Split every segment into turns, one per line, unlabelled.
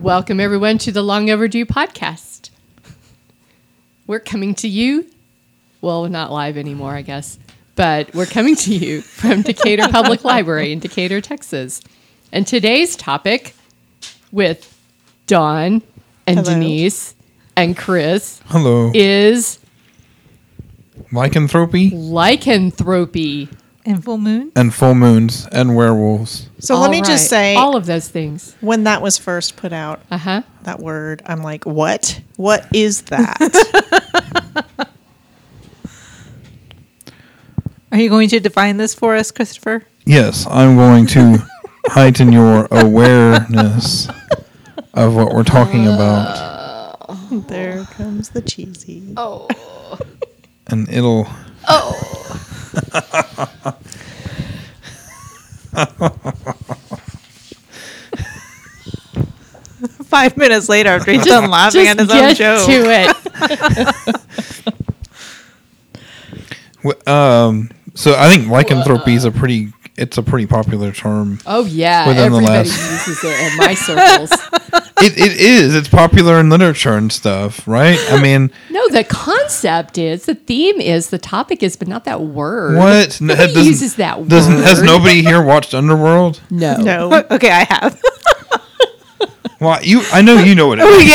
Welcome, everyone, to the Long Overdue podcast. We're coming to you, well, not live anymore, I guess, but we're coming to you from Decatur Public Library in Decatur, Texas. And today's topic with Dawn and
Hello.
Denise and Chris
Hello.
is
Lycanthropy
lycanthropy.
And full moon?
and full moons and werewolves.
So
All
let me
right.
just say,
all of those things.
when that was first put out,
Uh huh.
that word, I'm like, what? What is that? Are you going to define this for us, Christopher?
Yes, I'm going to heighten your awareness of what we're talking
Uh.
about,
There comes the cheesy.
Oh,
and it'll.
oh.
Five minutes later, after he's done laughing at his own
Just
joke.
to it.
w- Um. So I think lycanthropy
Uh.
is a pretty. It's a pretty popular term.
Oh yeah,
Within the
everybody
last-
uses it in my circles.
It, it is. It's popular in literature and stuff, right? I mean,
No, the concept is the theme is the topic is, but not that word.
what No,
Nobody
doesn't-
uses that
Doesn't, has
word.
nobody here watched Underworld?
No.
no. Okay, I have.
Well, you. I know you know what it is.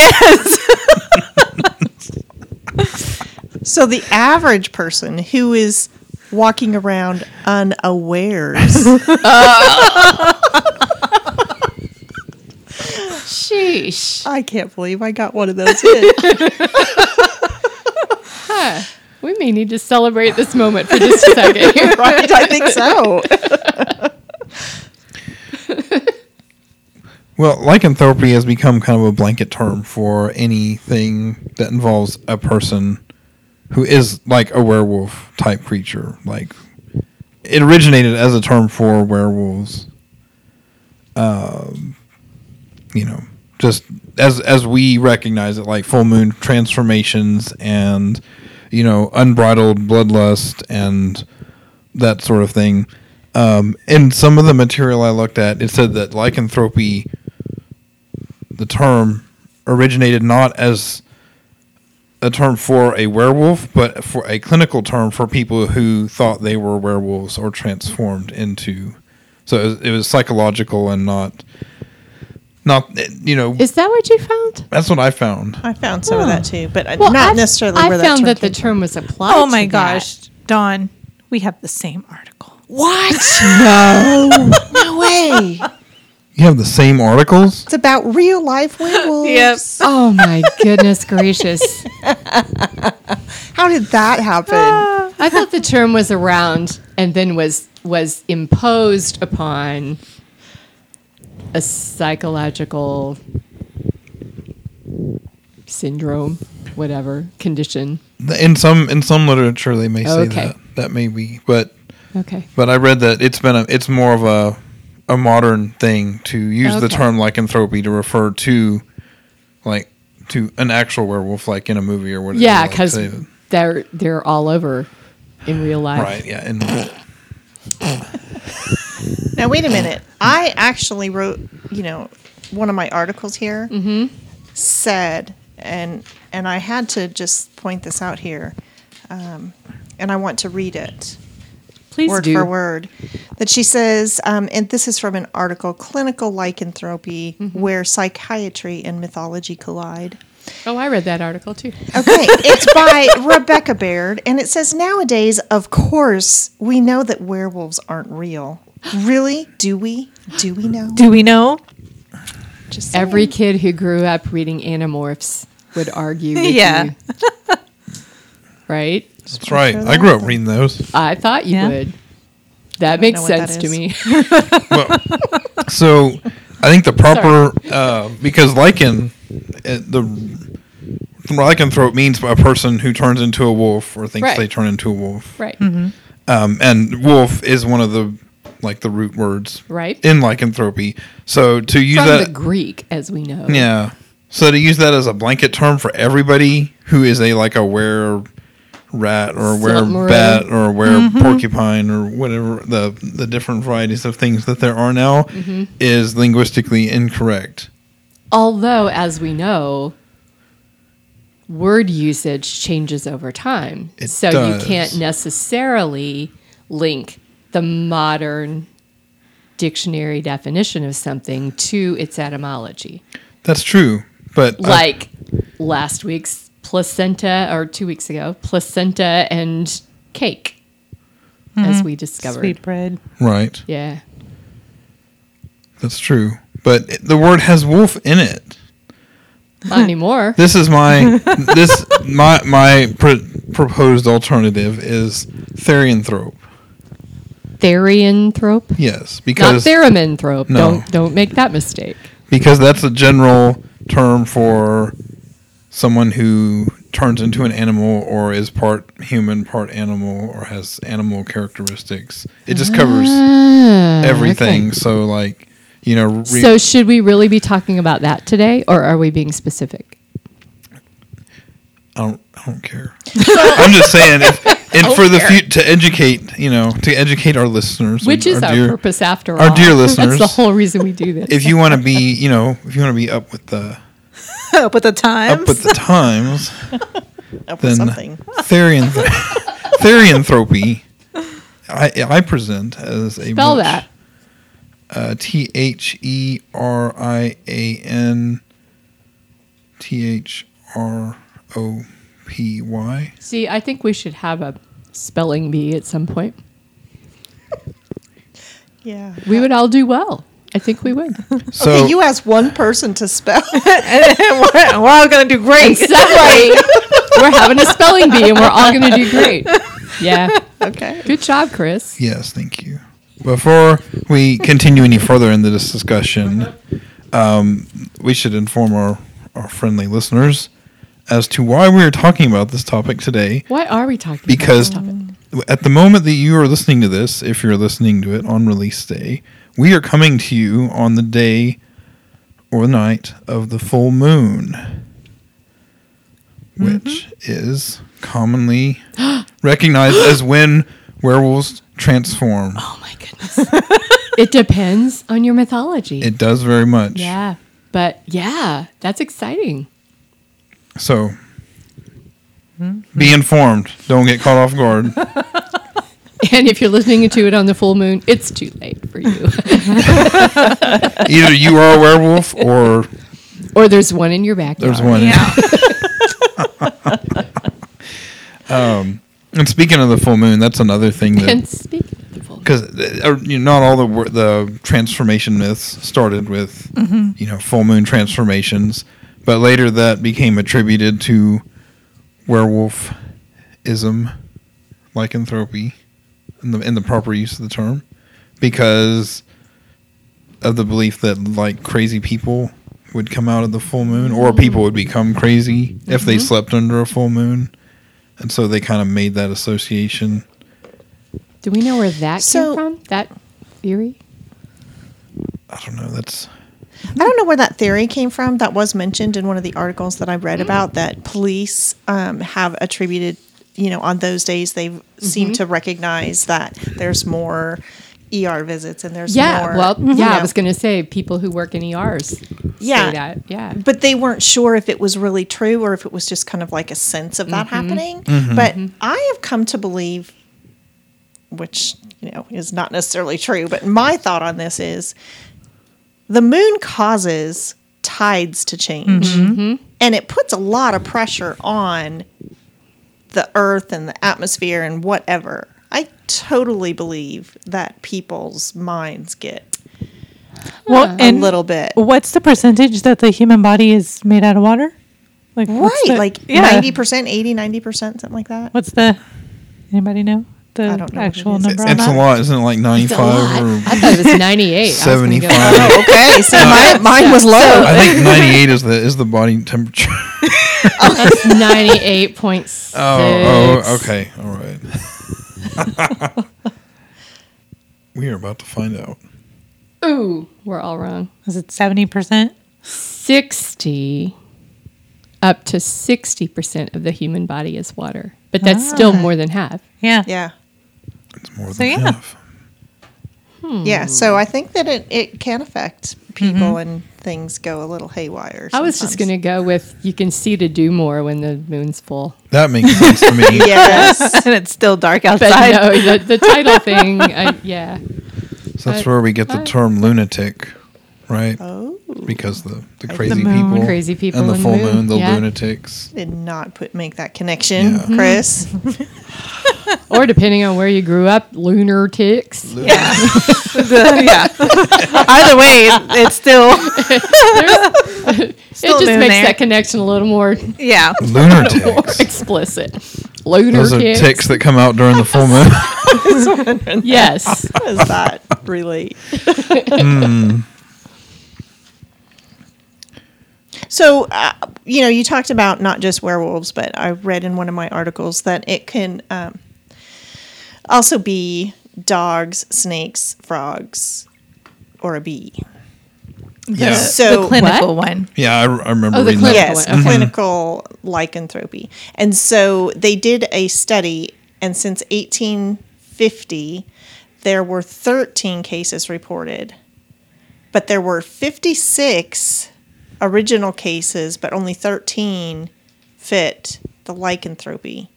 yes. so the average person who is walking around unawares
Sheesh.
I can't believe I got one of those in.
Huh. We may need to celebrate this moment for just a second. here.
right? I think so.
Well, lycanthropy has become kind of a blanket term for anything that involves a person who is like a werewolf type creature. Like it originated as a term for werewolves. Um, you know, just as as we recognize it, like full moon transformations and you know unbridled bloodlust and that sort of thing. Um, in some of the material I looked at, it said that lycanthropy, the term, originated not as a term for a werewolf, but for a clinical term for people who thought they were werewolves or transformed into. So it was, it was psychological and not, not you know.
Is that what you found?
that's what I found.
I found some of that too, but uh,
Well,
not
I've-
necessarily
I
where that
found
term
that the
came
term was applied.
Oh my
to that.
gosh, Dawn, we have the same article.
What?
No way.
You have the same articles.
it's about real life werewolves.
Yes. Oh my goodness gracious.
How did that happen?
I thought the term was around and then was was imposed upon a psychological syndrome, whatever condition.
In some in some literature, they may say
Okay.
that that may be, but
Okay.
But I read that it's been a, it's more of a a modern thing to use the
Okay.
term lycanthropy to refer to like to an actual werewolf like in a movie or whatever.
Yeah,
like,
because
say-
they're they're all over in real life.
right, yeah. And
now wait a minute. I actually wrote, you know, one of my articles here
Mm-hmm.
said, and and I had to just point this out here, um, and I want to read it.
Please
word
do.
for word that she says um, and this is from an article clinical lycanthropy
Mm-hmm.
where psychiatry and mythology collide
Oh, I read that article too.
okay it's by rebecca baird and it says nowadays of course we know that werewolves aren't real really do we do we know
Do we know?
Just saying.
Every kid who grew up reading Animorphs would argue with
Yeah.
you. Right?
that's right. I grew up reading those.
I thought you
Yeah.
would. That makes
know what that
sense to
is.
me.
Well, so I think the proper uh, because lycan uh, the lycanthrope means a person who turns into a wolf or thinks
Right.
they turn into a wolf.
right.
um, and wolf is one of the like the root words
Right.
in lycanthropy so to use
From the
that
Greek, as we know.
yeah so to use that as a blanket term for everybody who is a like a were rat or where
Something
bat or where
Mm-hmm.
porcupine or whatever the the different varieties of things that there are now
Mm-hmm.
is linguistically incorrect.
Although, as we know, word usage changes over time.
It
so
does.
you can't necessarily link the modern dictionary definition of something to its etymology.
That's true, but I-
Like last week's placenta, or two weeks ago, placenta and cake, as we discovered.
Sweetbread.
right,
Yeah.
that's true. But it- the word has wolf in it.
Not anymore.
This is my this my my pr- proposed alternative is therianthrope.
Therianthrope?
Yes,
Not
because
theraminthrope.
No.
Don't don't make that mistake.
because that's a general term for someone who turns into an animal or is part human, part animal, or has animal characteristics. It just covers
Ah,
everything.
okay.
So, like, you know, re-
so should we really be talking about that today, or are we being specific?
I don't, I don't care. I'm just saying, if, and for the future to educate, you know, to educate our listeners,
Which is our
dear-
purpose after all.
our dear listeners.
That's the whole reason we do this.
If you want to be, you know, if you want to be up with the
Up with the times.
up with the times,
up with
then
something.
therian therianthropy. I I present as a uh,
Spell that.
T H E R I A N T H R O P Y.
See, I think we should have a spelling bee at some point.
Yeah.
We would all do well. I think we would.
So
okay, you asked one person to spell.
we're, we're all gonna do
And
great.
suddenly, we're having a spelling bee, and we're all going to do great. Yeah.
okay.
Good job, Chris.
Yes, thank you. Before we continue any further in this discussion, um, we should inform our, our friendly listeners as to why we are talking about this topic today.
Why are we talking?
Because
about this topic?
at the moment that you are listening to this, if you're listening to it on release day, we are coming to you on the day or night of the full moon, which is commonly recognized as when werewolves transform.
oh my goodness, it depends on your mythology.
It does very much.
Yeah. But yeah, that's exciting.
So be informed. Don't get caught off guard.
And if you're listening to it on the full moon, it's too late for you.
Either you are a werewolf or
or there's one in your backyard.
there's one.
Yeah.
Um, And speaking of the full moon, that's another thing
And
that
speaking of the full moon,
because uh, you know, not all the wor- the transformation myths started with you know full moon transformations, but later that became attributed to werewolfism, lycanthropy, in the in the proper use of the term, because of the belief that like crazy people would come out of the full moon or people would become crazy if they slept under a full moon. And so they kind of made that association.
do we know where that
So-
came from? That theory?
I don't know. That's
I don't know where that theory came from. That was mentioned in one of the articles that I read about that police um, have attributed, you know, on those days they seem to recognize that there's more ER visits and there's
yeah.
more.
well,
you
yeah, I
know.
was going to say people who work in ERs.
Yeah.
Say that. Yeah.
but they weren't sure if it was really true or if it was just kind of like a sense of that happening. But I have come to believe, which you know is not necessarily true, but my thought on this is the moon causes tides to change, and it puts a lot of pressure on the earth and the atmosphere and whatever. I totally believe that people's minds get
Well, and
a little bit.
what's the percentage that the human body is made out of water? Like
Right,
what's the-
like
yeah.
ninety percent, 80, 90 percent, something like that.
What's the? Anybody know the
I don't know what it
actual
is.
number? on
it's
that?
a lot, isn't it? Like ninety five or
I thought it was 98.
seventy
I was gonna
five.
Oh, okay, so my, mine was low.
I think ninety eight is the is the body temperature.
go- That's 98.6.
Oh, oh, okay, all right. we are about to find out.
Ooh, we're all wrong.
Is it seventy percent?
60, up to 60% of the human body is water. but that's still more than half.
Yeah.
Yeah.
It's more
So,
than
yeah.
half.
Hmm.
Yeah. So I think that it, it can affect people
Mm-hmm.
and things go a little haywire.
I was just going
sometimes.
to go with you can see to do more when the moon's full.
That makes sense to me.
Yes.
and it's still dark
But
outside.
no, the, the title thing, I, yeah.
So that's
I-
where we get the
I-
term lunatic, right?
oh,
Because the, the crazy
moon.
people,
Crazy people
and the
and
full
moon,
moon, the
yeah.
lunatics.
did not put make that connection,
Yeah.
Mm-hmm.
Chris.
Or depending on where you grew up, lunar ticks.
yeah. Either way, it's still
It just
Still
makes
lunar.
that connection a little more
yeah.
Lunatics.
explicit. Lunar
Those are
ticks.
ticks that come out during the full moon.
Yes.
How does that relate? So, uh, you know, you talked about not just werewolves, but I read in one of my articles that it can um, also be dogs, snakes, frogs, or a bee.
yeah.
So,
the clinical one.
yeah, I, I remember
Oh, the
reading
clinic-
that.
yes,
one, okay.
clinical lycanthropy. And so they did a study, and since 1850, there were 13 cases reported, but there were 56 original cases, but only 13 fit the lycanthropy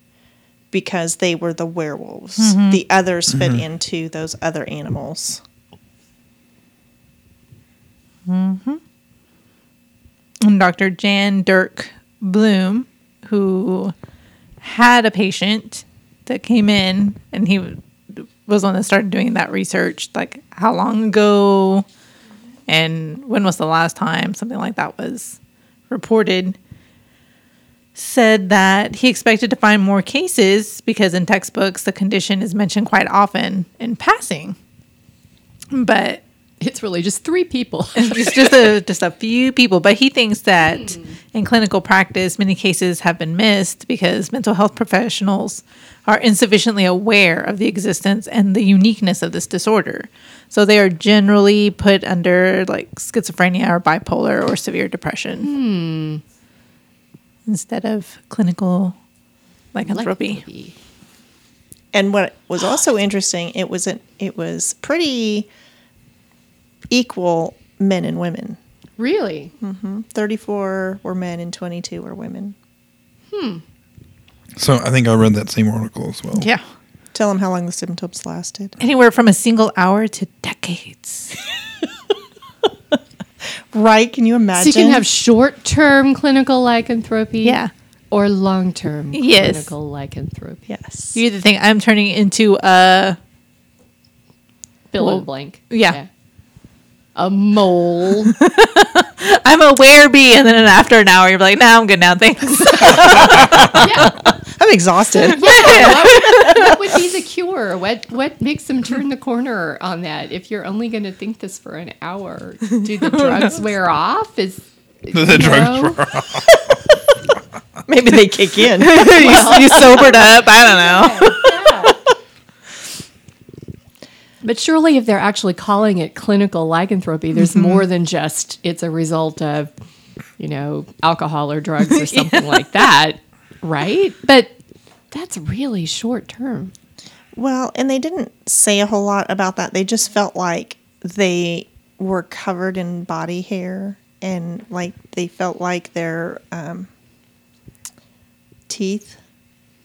because they were the werewolves. The others fit into those other animals.
And Dr. Jan Dirk Bloom, who had a patient that came in and he w- was the one that started doing that research, like how long ago and when was the last time something like that was reported, said that he expected to find more cases because in textbooks the condition is mentioned quite often in passing. But
It's really just three people.
it's just a just a few people, but he thinks that in clinical practice, many cases have been missed because mental health professionals are insufficiently aware of the existence and the uniqueness of this disorder. So they are generally put under like schizophrenia or bipolar or severe depression instead of clinical lycanthropy.
Lycanthropy.
And what was also interesting, it was an, it was pretty equal men and women.
Really?
Thirty four were men and twenty two were women.
So I think I read that same article as well.
Yeah.
Tell them how long the symptoms lasted.
Anywhere from a single hour to decades.
Right? Can you
So
imagine?
you can have short term clinical lycanthropy.
Yeah.
Or long term
Yes.
clinical lycanthropy.
yes.
You either think I'm turning into a
Fill
Well,
in blank.
yeah.
A mole.
I'm a where bee, and then after an hour, you're like, "Nah, I'm good now, thanks."
yeah.
I'm exhausted.
What would be the cure? What what makes them turn the corner on that? If you're only going to think this for an hour, do the drugs wear off? Is
The drugs
were
Maybe they kick in.
you, you sobered up. I don't know.
But surely, if they're actually calling it clinical lycanthropy, there's
Mm-hmm.
more than just it's a result of, you know, alcohol or drugs or something like that, right? But that's really short term.
Well, and they didn't say a whole lot about that. They just felt like they were covered in body hair and like they felt like their um, teeth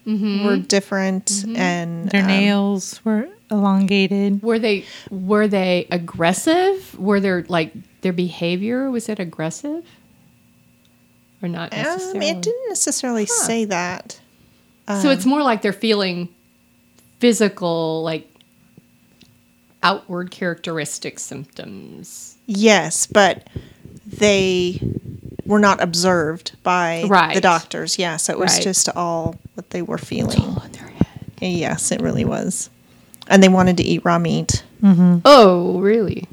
Mm-hmm.
were different and
Their
um,
nails were elongated.
Were they were they aggressive? Were their like their behavior was it aggressive or not
Um,
necessarily?
it didn't necessarily say that.
so it's more like they're feeling physical, like outward characteristic symptoms.
Yes, but they were not observed by the
Right.
doctors. Yeah, so it was
Right.
just all what they were feeling.
on their head.
Yes, it really was. And they wanted to eat raw meat.
Oh, really?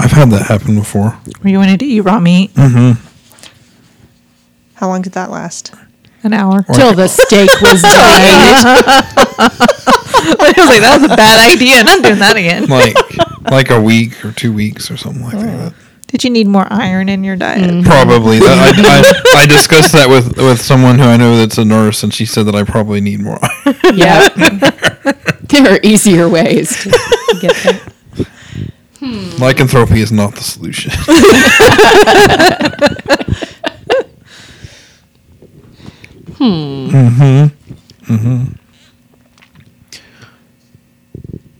I've had that happen before.
Where you wanted to eat raw meat?
How long did that last?
An hour.
Till the steak was done.
I was like, "That was a bad idea. Not doing that again."
Like like a week or two weeks or something like that.
Did you need more iron in your diet?
Mm. Probably. That- I, I, I discussed that with, with someone who I know that's a nurse, and she said that I probably need more.
Yeah. there are easier ways to get there.
Lycanthropy is not the solution. Mm-hmm.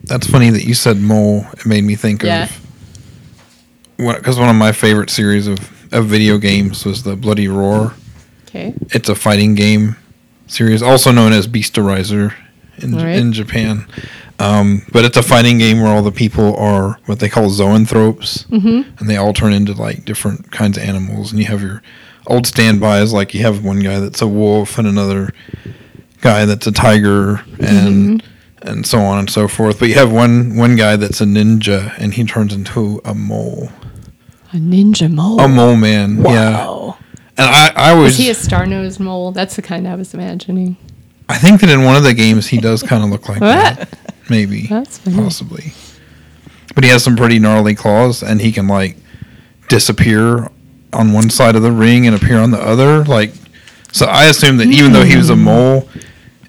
That's funny that you said mole. It made me think
Yeah.
of because one of my favorite series of, of video games was the Bloody Roar.
Okay.
It's a fighting game series, also known as Beasterizer in,
All right.
in Japan. Um, but it's a fighting game where all the people are what they call zoanthropes, and they all turn into like different kinds of animals. And you have your old standbys, like you have one guy that's a wolf and another guy that's a tiger, and and so on and so forth. But you have one one guy that's a ninja, and he turns into a mole,
A ninja mole.
a mole man. Yeah,
Wow.
and I I
Is
was
he a star nosed mole? That's the kind I was imagining.
I think that in one of the games he does kind of look like
What?
that. Maybe.
That's funny.
possibly. But he has some pretty gnarly claws and he can like disappear on one side of the ring and appear on the other. Like so I assume that even though he
Hmm.
was a mole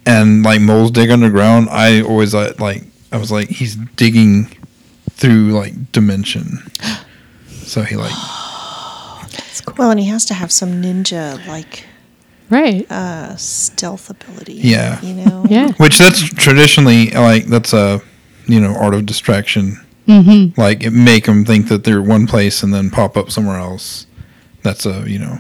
and like moles dig underground, I always uh, like I was like he's digging through like dimension. So he like
Well, and he has to have some ninja like
Right.
uh, stealth ability.
Yeah.
You know?
yeah.
Which that's traditionally like that's a you know art of distraction. Mm-hmm. Like it make them think that they're one place and then pop up somewhere else. That's a you know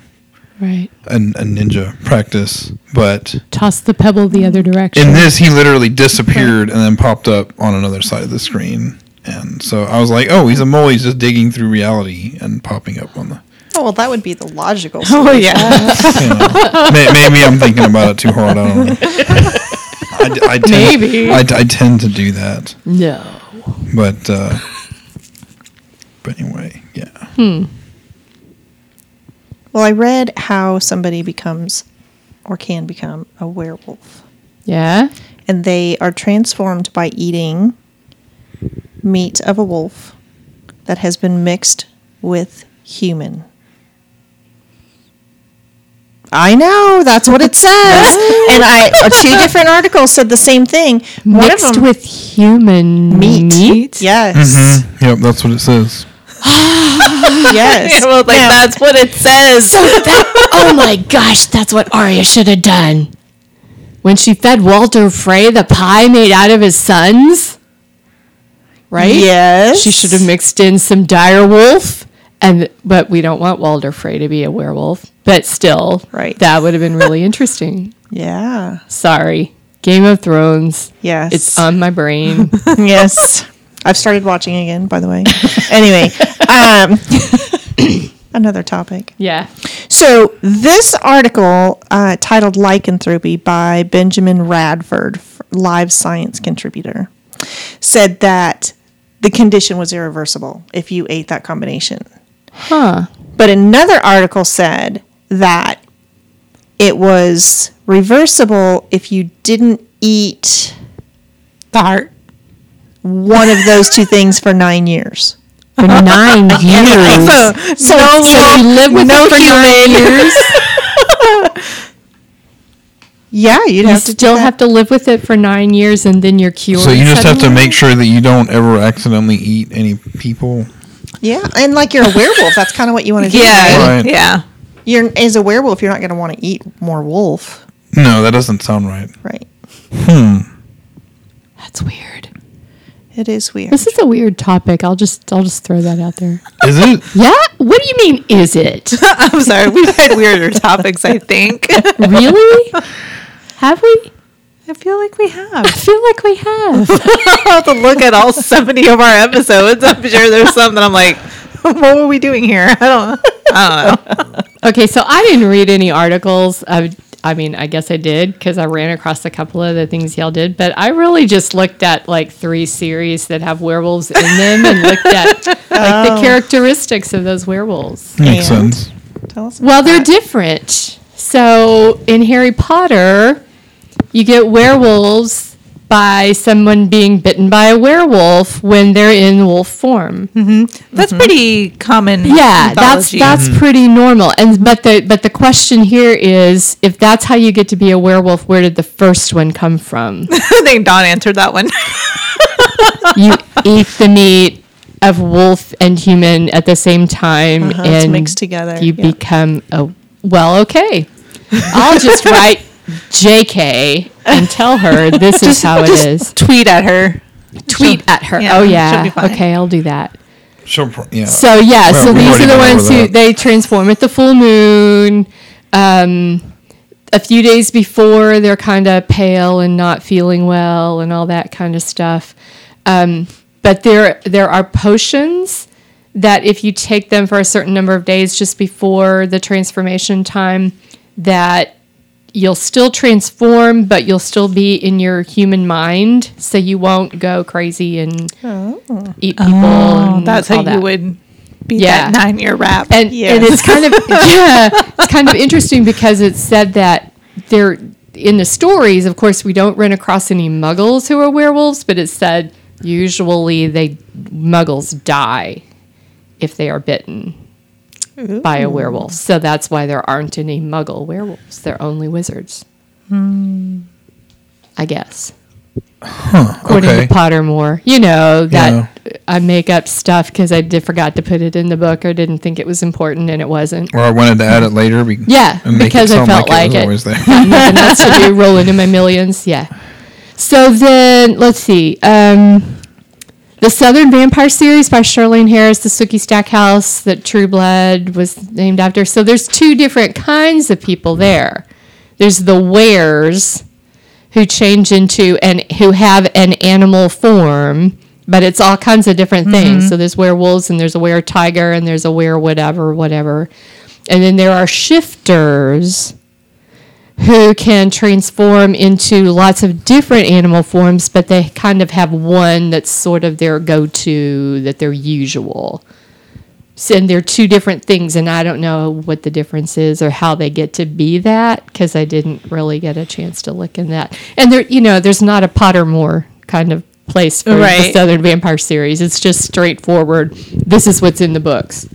Right.
a, a ninja practice. But
Toss the pebble the other direction.
in this, he literally disappeared and then popped up on another side of the screen. And so I was like, oh, he's a mole. He's just digging through reality and popping up on the.
Oh, well, that would be the logical.
Oh yeah.
You know, May- maybe I'm thinking about it too hard. I don't know. I, d- I tend,
Maybe.
I, d- I tend to do that.
no.
But uh, but anyway, yeah.
Well, I read how somebody becomes or can become a werewolf.
Yeah.
And they are transformed by eating meat of a wolf that has been mixed with human. I know, that's what it says. and I uh, two different articles said the same thing. One of
Mixed
them
with human
meat.
meat?
Yes.
Mm-hmm.
Yep, that's what it says.
Yes.
well, like
Now-
that's what it says.
oh my gosh, that's what Arya should have done. When she fed Walter Frey the pie made out of his sons. Right?
Yes.
She should have mixed in some dire wolf. And but we don't want Walter Frey to be a werewolf. But still,
Right.
that would have been really interesting.
Yeah.
Sorry. Game of Thrones.
Yes.
It's uh, on my brain.
yes. I've started watching again, by the way. Anyway, um, another topic.
yeah.
So, this article uh, titled Lycanthropy by Benjamin Radford, f- live science contributor, said that the condition was irreversible if you ate that combination.
Huh.
But another article said that it was reversible if you didn't eat
the heart.
one of those two things for nine years.
For nine years.
So, no,
so you live with
no
it for nine
human.
years.
Yeah, you'd
You
have to do
still
that.
have to live with it for nine years and then you're cured.
So you just have to
suddenly?
make sure that you don't ever accidentally eat any people.
Yeah, and like you're a werewolf. That's kind of what you want to do.
Yeah.
Right.
Yeah.
You're as a werewolf, you're not going to want to eat more wolf,
No, that doesn't sound right. Hmm.
right?
That's weird.
It is weird.
This is a weird topic. I'll just I'll just throw that out there.
Is it?
Yeah? What do you mean is it?
I'm sorry. We've had weirder topics, I think.
really? Have we?
I feel like we
I
have.
feel like we have.
I'll have to look at all 70 of our episodes. I'm sure there's some that I'm like, what were we doing here? I don't
Okay, so I didn't read any articles. I, I mean, I guess I did because I ran across a couple of the things y'all did, but I really just looked at like three series that have werewolves in them and looked at like the characteristics of those werewolves.
Makes
And-
sense.
Tell us.
Well, they're different. So in Harry Potter, you get werewolves by someone being bitten by a werewolf when they're in wolf form.
That's pretty common.
Yeah, that's
mythology.
that's pretty normal. And but the but the question here is if that's how you get to be a werewolf, where did the first one come from?
I think Don answered that one.
you eat the meat of wolf and human at the same time
Uh-huh,
and
it's mixed together,
You
yeah.
become a well, okay. I'll just write JK and tell her this is how it is.
Tweet at her.
Tweet at her.
yeah,
oh
she'll
yeah.
be fine.
Okay, I'll do that.
She'll pro- yeah.
So yeah,
Well,
so
we've
these
already
are the
gone
ones
over
who
that.
they transform at the full moon. Um, a few days before, they're kind of pale and not feeling well, and all that kind of stuff. Um, but there, there are potions that if you take them for a certain number of days just before the transformation time, that you'll still transform, but you'll still be in your human mind, so you won't go crazy and eat people. and
Oh. That's how
all that.
you would be
Yeah.
that nine year rap.
And, and
Yes.
it's kind of yeah, it's kind of interesting because it's said that there in the stories, of course, we don't run across any muggles who are werewolves, but it's said usually they muggles die if they are bitten by a werewolf. So that's why there aren't any muggle werewolves. They're only wizards. I guess. According
okay.
to Pottermore, you know that
Yeah.
I make up stuff because I did, forgot to put it in the book or didn't think it was important, and it wasn't.
or I wanted to add it later. Be-
Yeah,
and make
because
it
I
sound
felt
like,
like it.
it was always there.
Nothing else to do, rolling in my millions. Yeah. So then, let's see. Um, the Southern Vampire series by Charlene Harris, the Sookie Stackhouse that True Blood was named after. So there's two different kinds of people there. There's the wares who change into and who have an animal form, but it's all kinds of different things. So there's werewolves and there's a were tiger and there's a were whatever, whatever. And then there are shifters who can transform into lots of different animal forms, but they kind of have one that's sort of their go to, that their usual. So, and they're two different things, and I don't know what the difference is or how they get to be that because I didn't really get a chance to look in that. And there, you know, there's not a Pottermore kind of place for the
Right.
Southern Vampire series. It's just straightforward. This is what's in the books.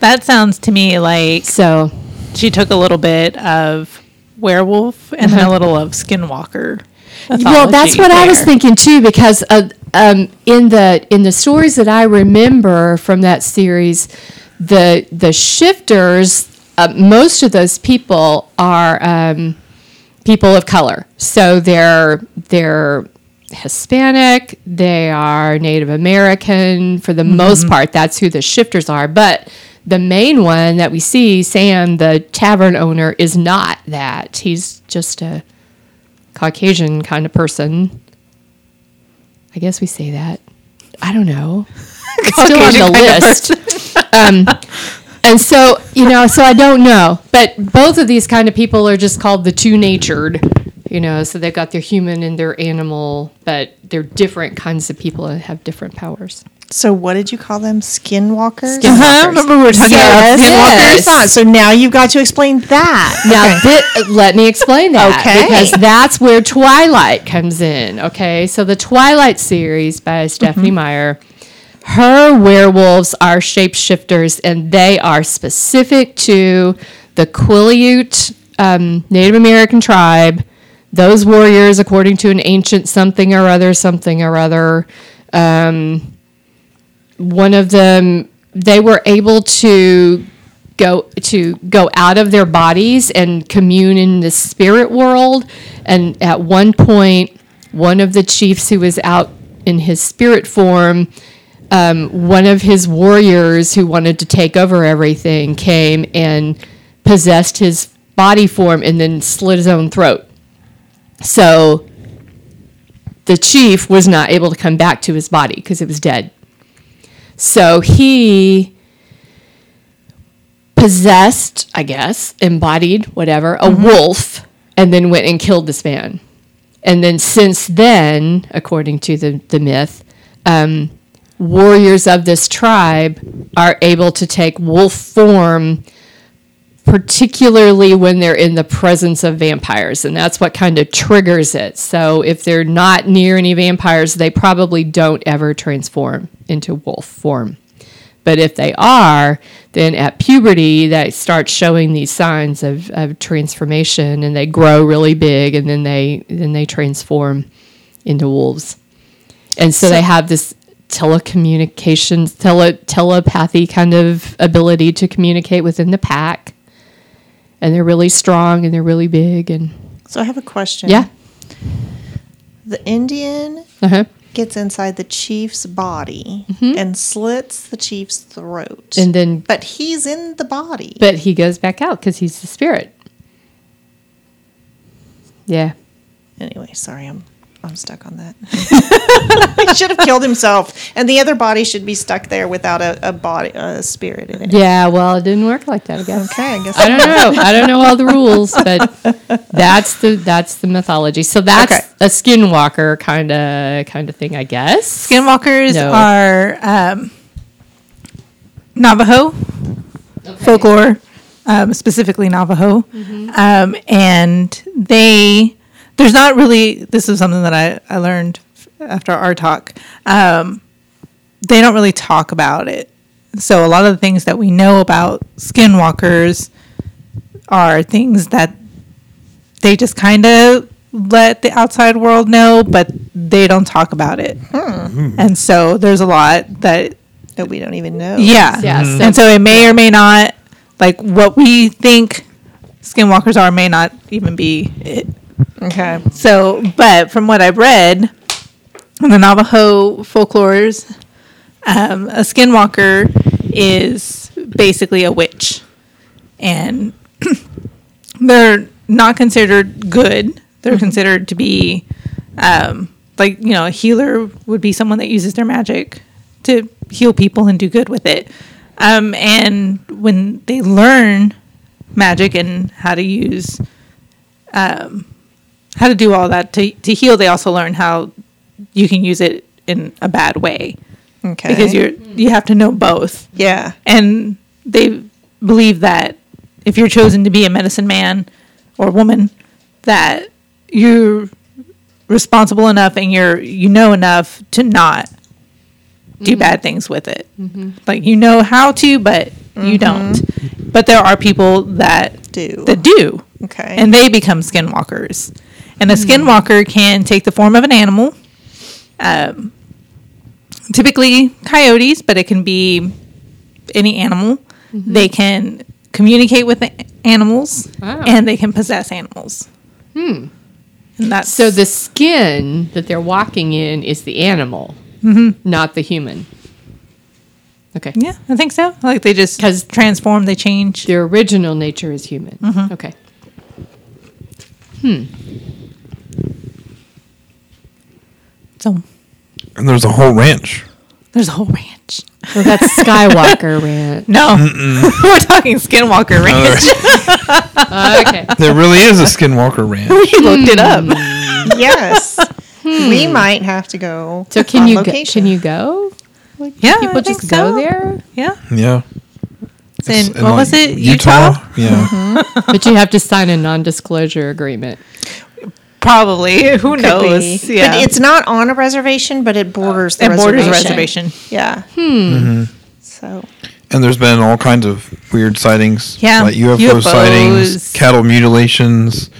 that sounds to me like
So
she took a little bit of werewolf and then a little of skinwalker.
Well, that's
mythology
what I was
there.
thinking too, because uh, um, in the in the stories that I remember from that series, the the shifters, uh, most of those people are um, people of color, so they're they're Hispanic, they are Native American for the
Mm-hmm.
most part. That's who the shifters are, but. The main one that we see, Sam, the tavern owner, is not that. He's just a Caucasian kind of person. I guess we say that. I don't know. It's still on the
Caucasian kind of
list. um, and so, you know, so I don't know. But both of these kind of people are just called the two natured, you know, so they've got their human and their animal, but they're different kinds of people and have different powers.
So what did you call them? Skinwalkers.
Skinwalkers.
Uh-huh, remember we were talking
Yes.
about
Yes.
Skinwalkers. So now you've got to explain that.
Now, thi- let me explain that.
Okay.
Because that's where Twilight comes in. Okay. So, the Twilight series by Stephanie Meyer, her werewolves are shapeshifters and they are specific to the Quileute um, Native American tribe. Those warriors, according to an ancient something or other, something or other, one of them they were able to go to go out of their bodies and commune in the spirit world and at one point one of the chiefs who was out in his spirit form um, one of his warriors who wanted to take over everything came and possessed his body form and then slit his own throat so the chief was not able to come back to his body because it was dead so he possessed, I guess, embodied, whatever, a wolf, and then went and killed this man. And then since then, according to the, the myth, um, warriors of this tribe are able to take wolf form, pr- particularly when they're in the presence of vampires, and that's what kind of triggers it. So if they're not near any vampires, they probably don't ever transform into wolf form. But if they are, then at puberty, they start showing these signs of, of transformation, and they grow really big, and then they then they transform into wolves. And so, they have this telecommunications, tele, telepathy kind of ability to communicate within the pack. And they're really strong and they're really big. And
So I have a question.
yeah.
The Indian
Uh-huh.
gets inside the chief's body and slits the chief's throat.
And then,
but he's in the body.
but he goes back out because he's the spirit. Yeah.
anyway, sorry, I'm I'm stuck on that. he should have killed himself, and the other body should be stuck there without a, a body, a spirit in it.
Yeah. Oh, Well, it didn't work like that again.
Okay, I guess.
I don't know. I don't know all the rules, but that's the that's the mythology. So that's
Okay.
a skinwalker kind of kind of thing, I guess.
Skinwalkers
No.
are um, Navajo folklore, um, specifically Navajo, um, and they there's not really this is something that I I learned f- after our talk. Um, they don't really talk about it, so a lot of the things that we know about skinwalkers are things that they just kind of let the outside world know, but they don't talk about it. And so there's a lot that
That we don't even know.
yeah.
Yeah, Mhm. so-
and so it may or may not like what we think skinwalkers are may not even be it.
Okay.
So, but from what I've read in the Navajo folklores, um, a skinwalker is basically a witch, and they're not considered good. They're considered to be um, like you know a healer would be someone that uses their magic to heal people and do good with it. Um, and when they learn magic and how to use how to do all that to, to heal they also learn how you can use it in a bad way
Okay.
because you're you have to know both
Yeah.
and they believe that if you're chosen to be a medicine man or woman that you're responsible enough and you're you know enough to not do bad things with it like you know how to but you don't but there are people that
Mm-hmm. Do.
that do
Okay.
and they become skinwalkers. And a skinwalker can take the form of an animal, um, typically coyotes, but it can be any animal.
Mm-hmm.
They can communicate with a- animals,
Wow.
and they can possess animals. Hmm. And that's
So the skin that they're walking in is the animal, not the human. Okay.
yeah, I think so. Like they just
'Cause-
transform, they change.
Their original nature is human. Okay.
So
And there's a whole ranch.
there's a whole ranch.
Well, that's Skywalker rant.
No, we're talking skinwalker ranch.
Okay.
There really is a Skinwalker ranch.
We looked it up.
Hmm.
yes.
Hmm.
We might have to go.
So can
on
you go,
location.
can you go?
Yeah, I
People
think
just go
so.
there,
Yeah,
Yeah.
it's in, what was
like,
it? Utah?
Yeah.
but you have to sign a non-disclosure agreement.
Probably. Who
Could be.
knows? Yeah.
But it's not on a reservation, but it borders the
it
reservation.
borders a reservation.
Yeah. Hmm. So
And there's been all kinds of weird sightings.
Yeah,
Like UFO sightings,
UFOs.
cattle mutilations,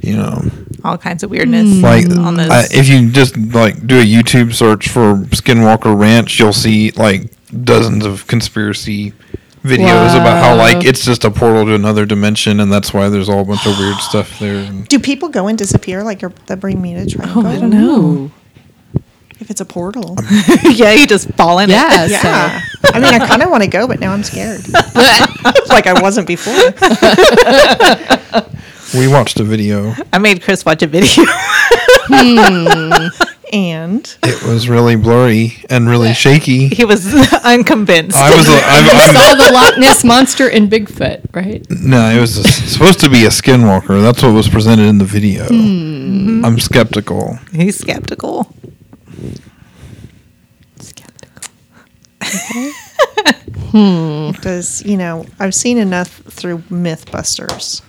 you know.
All kinds of weirdness.
Mm. Like
Mm-hmm. on this.
I, if you just like do a YouTube search for Skinwalker Ranch, you'll see like dozens of conspiracy videos about how like it's just a portal to another dimension and that's why there's all a bunch of weird stuff there. And
do people go and disappear like your, the Bermuda Triangle?
Oh, I don't know.
If it's a portal.
yeah, you just fall in. it.
Yeah. So
Yeah. I mean, I kind of want to go, but now I'm scared. like I wasn't before.
we watched a video.
I made Chris watch a video.
And
It was really blurry and really shaky.
he was unconvinced.
I was like, I'm, I'm,
saw the Loch Ness monster and Bigfoot, right?
No, it was a, supposed to be a skinwalker. That's what was presented in the video. I'm skeptical.
He's skeptical.
Skeptical.
Because, you know, I've seen enough through Mythbusters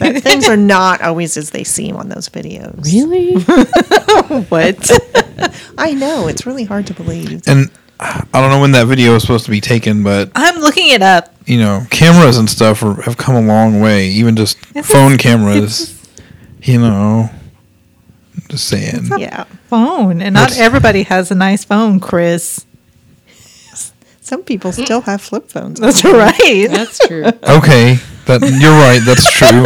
that things are not always as they seem on those videos.
Really?
What?
I know. It's really hard to believe.
And I don't know when that video is supposed to be taken, but
I'm looking it up.
you know, cameras and stuff are, have come a long way. Even just phone cameras, you know. Just saying.
Yeah.
Phone, and not
What's-
everybody has a nice phone, Chris.
Some people
Mm.
still have flip phones.
That's right.
That's true.
Okay, that you're right. That's true.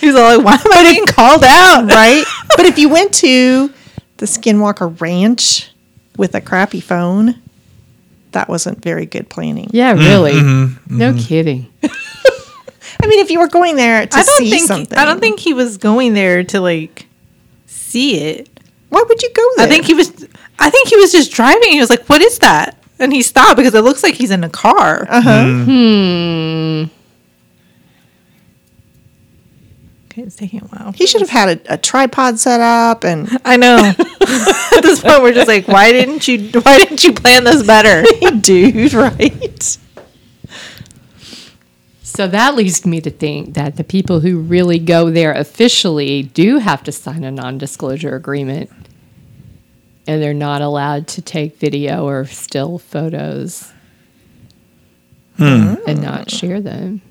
He's all like, "Why am I being called out?"
right? But if you went to the Skinwalker Ranch with a crappy phone, that wasn't very good planning.
Yeah, really. No kidding.
I mean, if you were going there to
I don't
see
think
something,
I don't think he was going there to like see it.
Why would you go there?
I think he was. I think he was just driving. He was like, "What is that?" And he stopped because it looks like he's in a car.
Uh huh.
Hmm.
Okay, it's taking a while.
He should have had a, a tripod set up, and
I know. At this point, we're just like, "Why didn't you? Why didn't you plan this better?"
dude, right?
So that leads me to think that the people who really go there officially do have to sign a non disclosure agreement and they're not allowed to take video or still photos and not share them.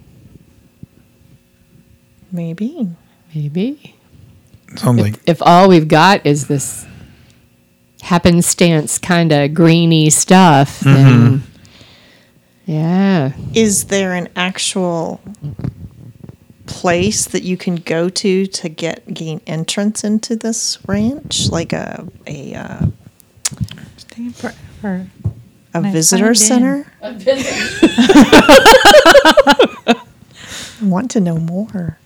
Maybe.
Maybe.
Sounds like
If all we've got is this happenstance kind of greeny stuff, then yeah.
Is there an actual place that you can go to to get gain entrance into this ranch, like a a uh,
It's taking forever.
a
Nice
visitor
find in.
center? I want to know more.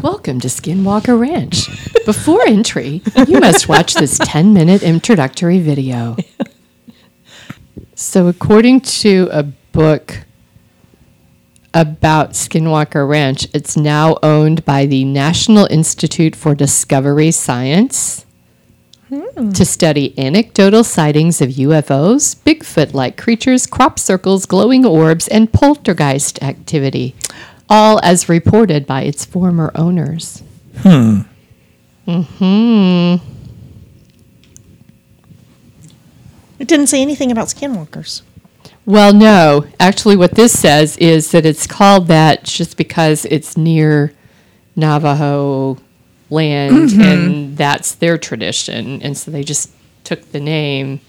Welcome to Skinwalker Ranch. Before entry, you must watch this 10 minute introductory video. So, according to a book about Skinwalker Ranch, it's now owned by the National Institute for Discovery Science to study anecdotal sightings of UFOs, Bigfoot like creatures, crop circles, glowing orbs, and poltergeist activity, all as reported by its former owners. Mm-hmm.
It didn't say anything about skinwalkers.
Well, no. Actually, what this says is that it's called that just because it's near Navajo land and that's their tradition. And so they just took the name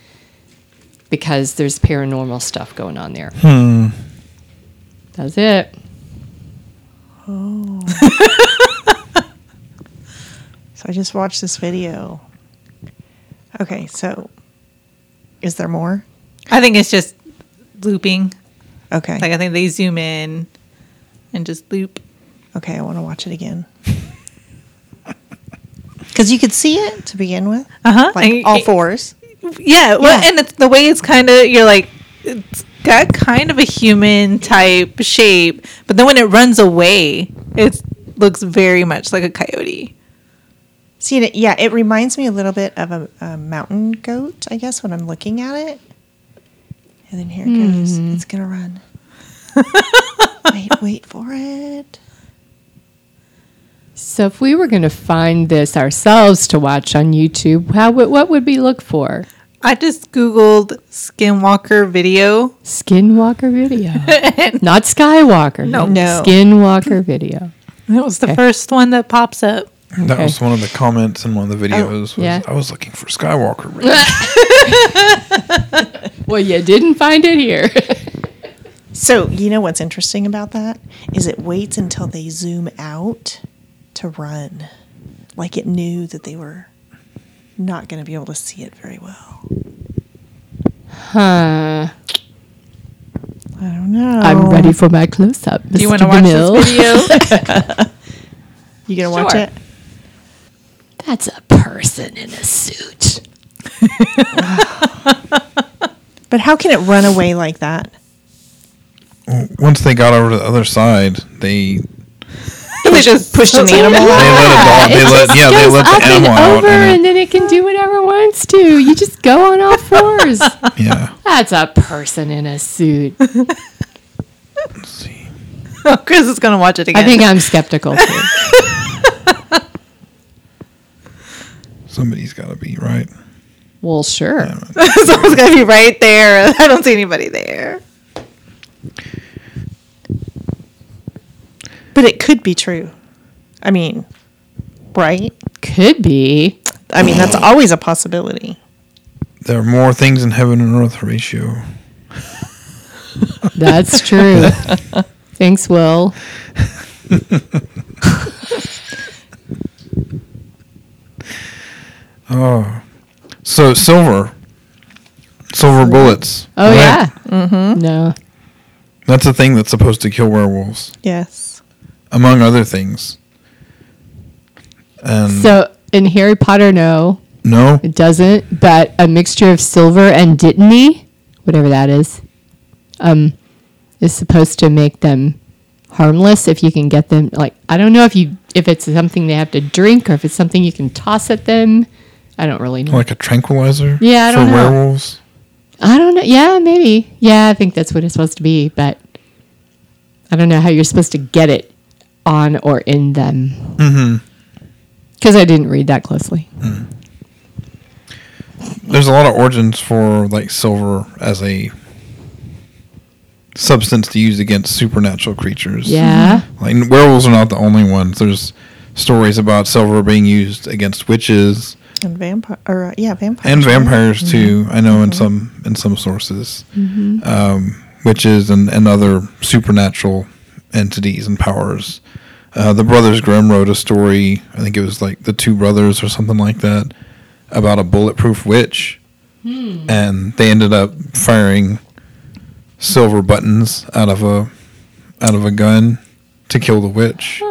because there's paranormal stuff going on there. That's it.
So I just watched this video. Okay, so is there more?
I think it's just looping.
Okay.
Like I think they zoom in and just loop.
Okay, I want to watch it again. Because you could see it to begin with,
Uh-huh.
like
And-
all fours.
Yeah, well,
Yeah.
and it's the way it's kind of you're like it's got kind of a human type shape, but then when it runs away, it looks very much like a coyote.
See it? Yeah, it reminds me a little bit of a, a mountain goat, I guess, when I'm looking at it. And then here it goes. It's gonna run. wait, wait for it.
So if we were going to find this ourselves to watch on YouTube, how, would- what would we look for?
I just googled skinwalker video.
Skinwalker video. Not Skywalker.
No.
No.
Skinwalker video.
That was the
Okay.
first one that pops up.
that
Okay. Oh,
was one of the comments in one of the videos. was,
yeah.
I was looking for Skywalker. Ranch."
Well, you didn't find it here.
So you know what's interesting about that is it waits until they zoom out to run, like it knew that they were not going to be able to see it very well.
Huh.
I don't know.
I'm ready for my close up.
Oh. Do you want to watch this video?
You gonna watch
Sure.
it?
That's a person in a suit.
But how can it run away like that?
Once they got over to the other side, they
they just pushed
An animal?
they let a dog. They let yeah they
goes
let
up
the animal
and
out.
over,
and
and then it can do whatever it wants to. You just go on all fours.
it- yeah,
That's a person in a suit.
Let's see.
Chris is gonna watch it again.
I think I'm skeptical. too.
Somebody's got to be right.
well, sure.
someone's gonna be right there. I don't see anybody there.
But it could be true. I mean, right?
Could be.
I mean, that's always a possibility.
There are more things in heaven and earth ratio.
That's true. Thanks, Will.
Oh, so silver, silver bullets.
Oh
right?
yeah. Mm-hmm. No.
that's a thing that's supposed to kill werewolves,
Yes.
among other things. And
So in Harry Potter, no,
no,
it doesn't. But a mixture of silver and dittany, whatever that is, um, is supposed to make them harmless if you can get them. Like I don't know if you if it's something they have to drink or if it's something you can toss at them. I don't really know.
like a tranquilizer.
Yeah, I
for
don't know.
werewolves.
I don't know. Yeah, maybe. Yeah, I think that's what it's supposed to be, but I don't know how you're supposed to get it on or in them. Mm-hmm. Because I didn't read that closely.
There's a lot of origins for like silver as a substance to use against supernatural creatures.
Yeah.
Like werewolves are not the only ones. There's stories about silver being used against witches
And vampire, or uh, yeah, vampire.
and vampires too. I know in some in some sources, um, witches and and other supernatural entities and powers. Uh, the Brothers Grimm wrote a story. I think it was like the two brothers or something like that about a bulletproof witch, and they ended up firing silver buttons out of a out of a gun to kill the witch.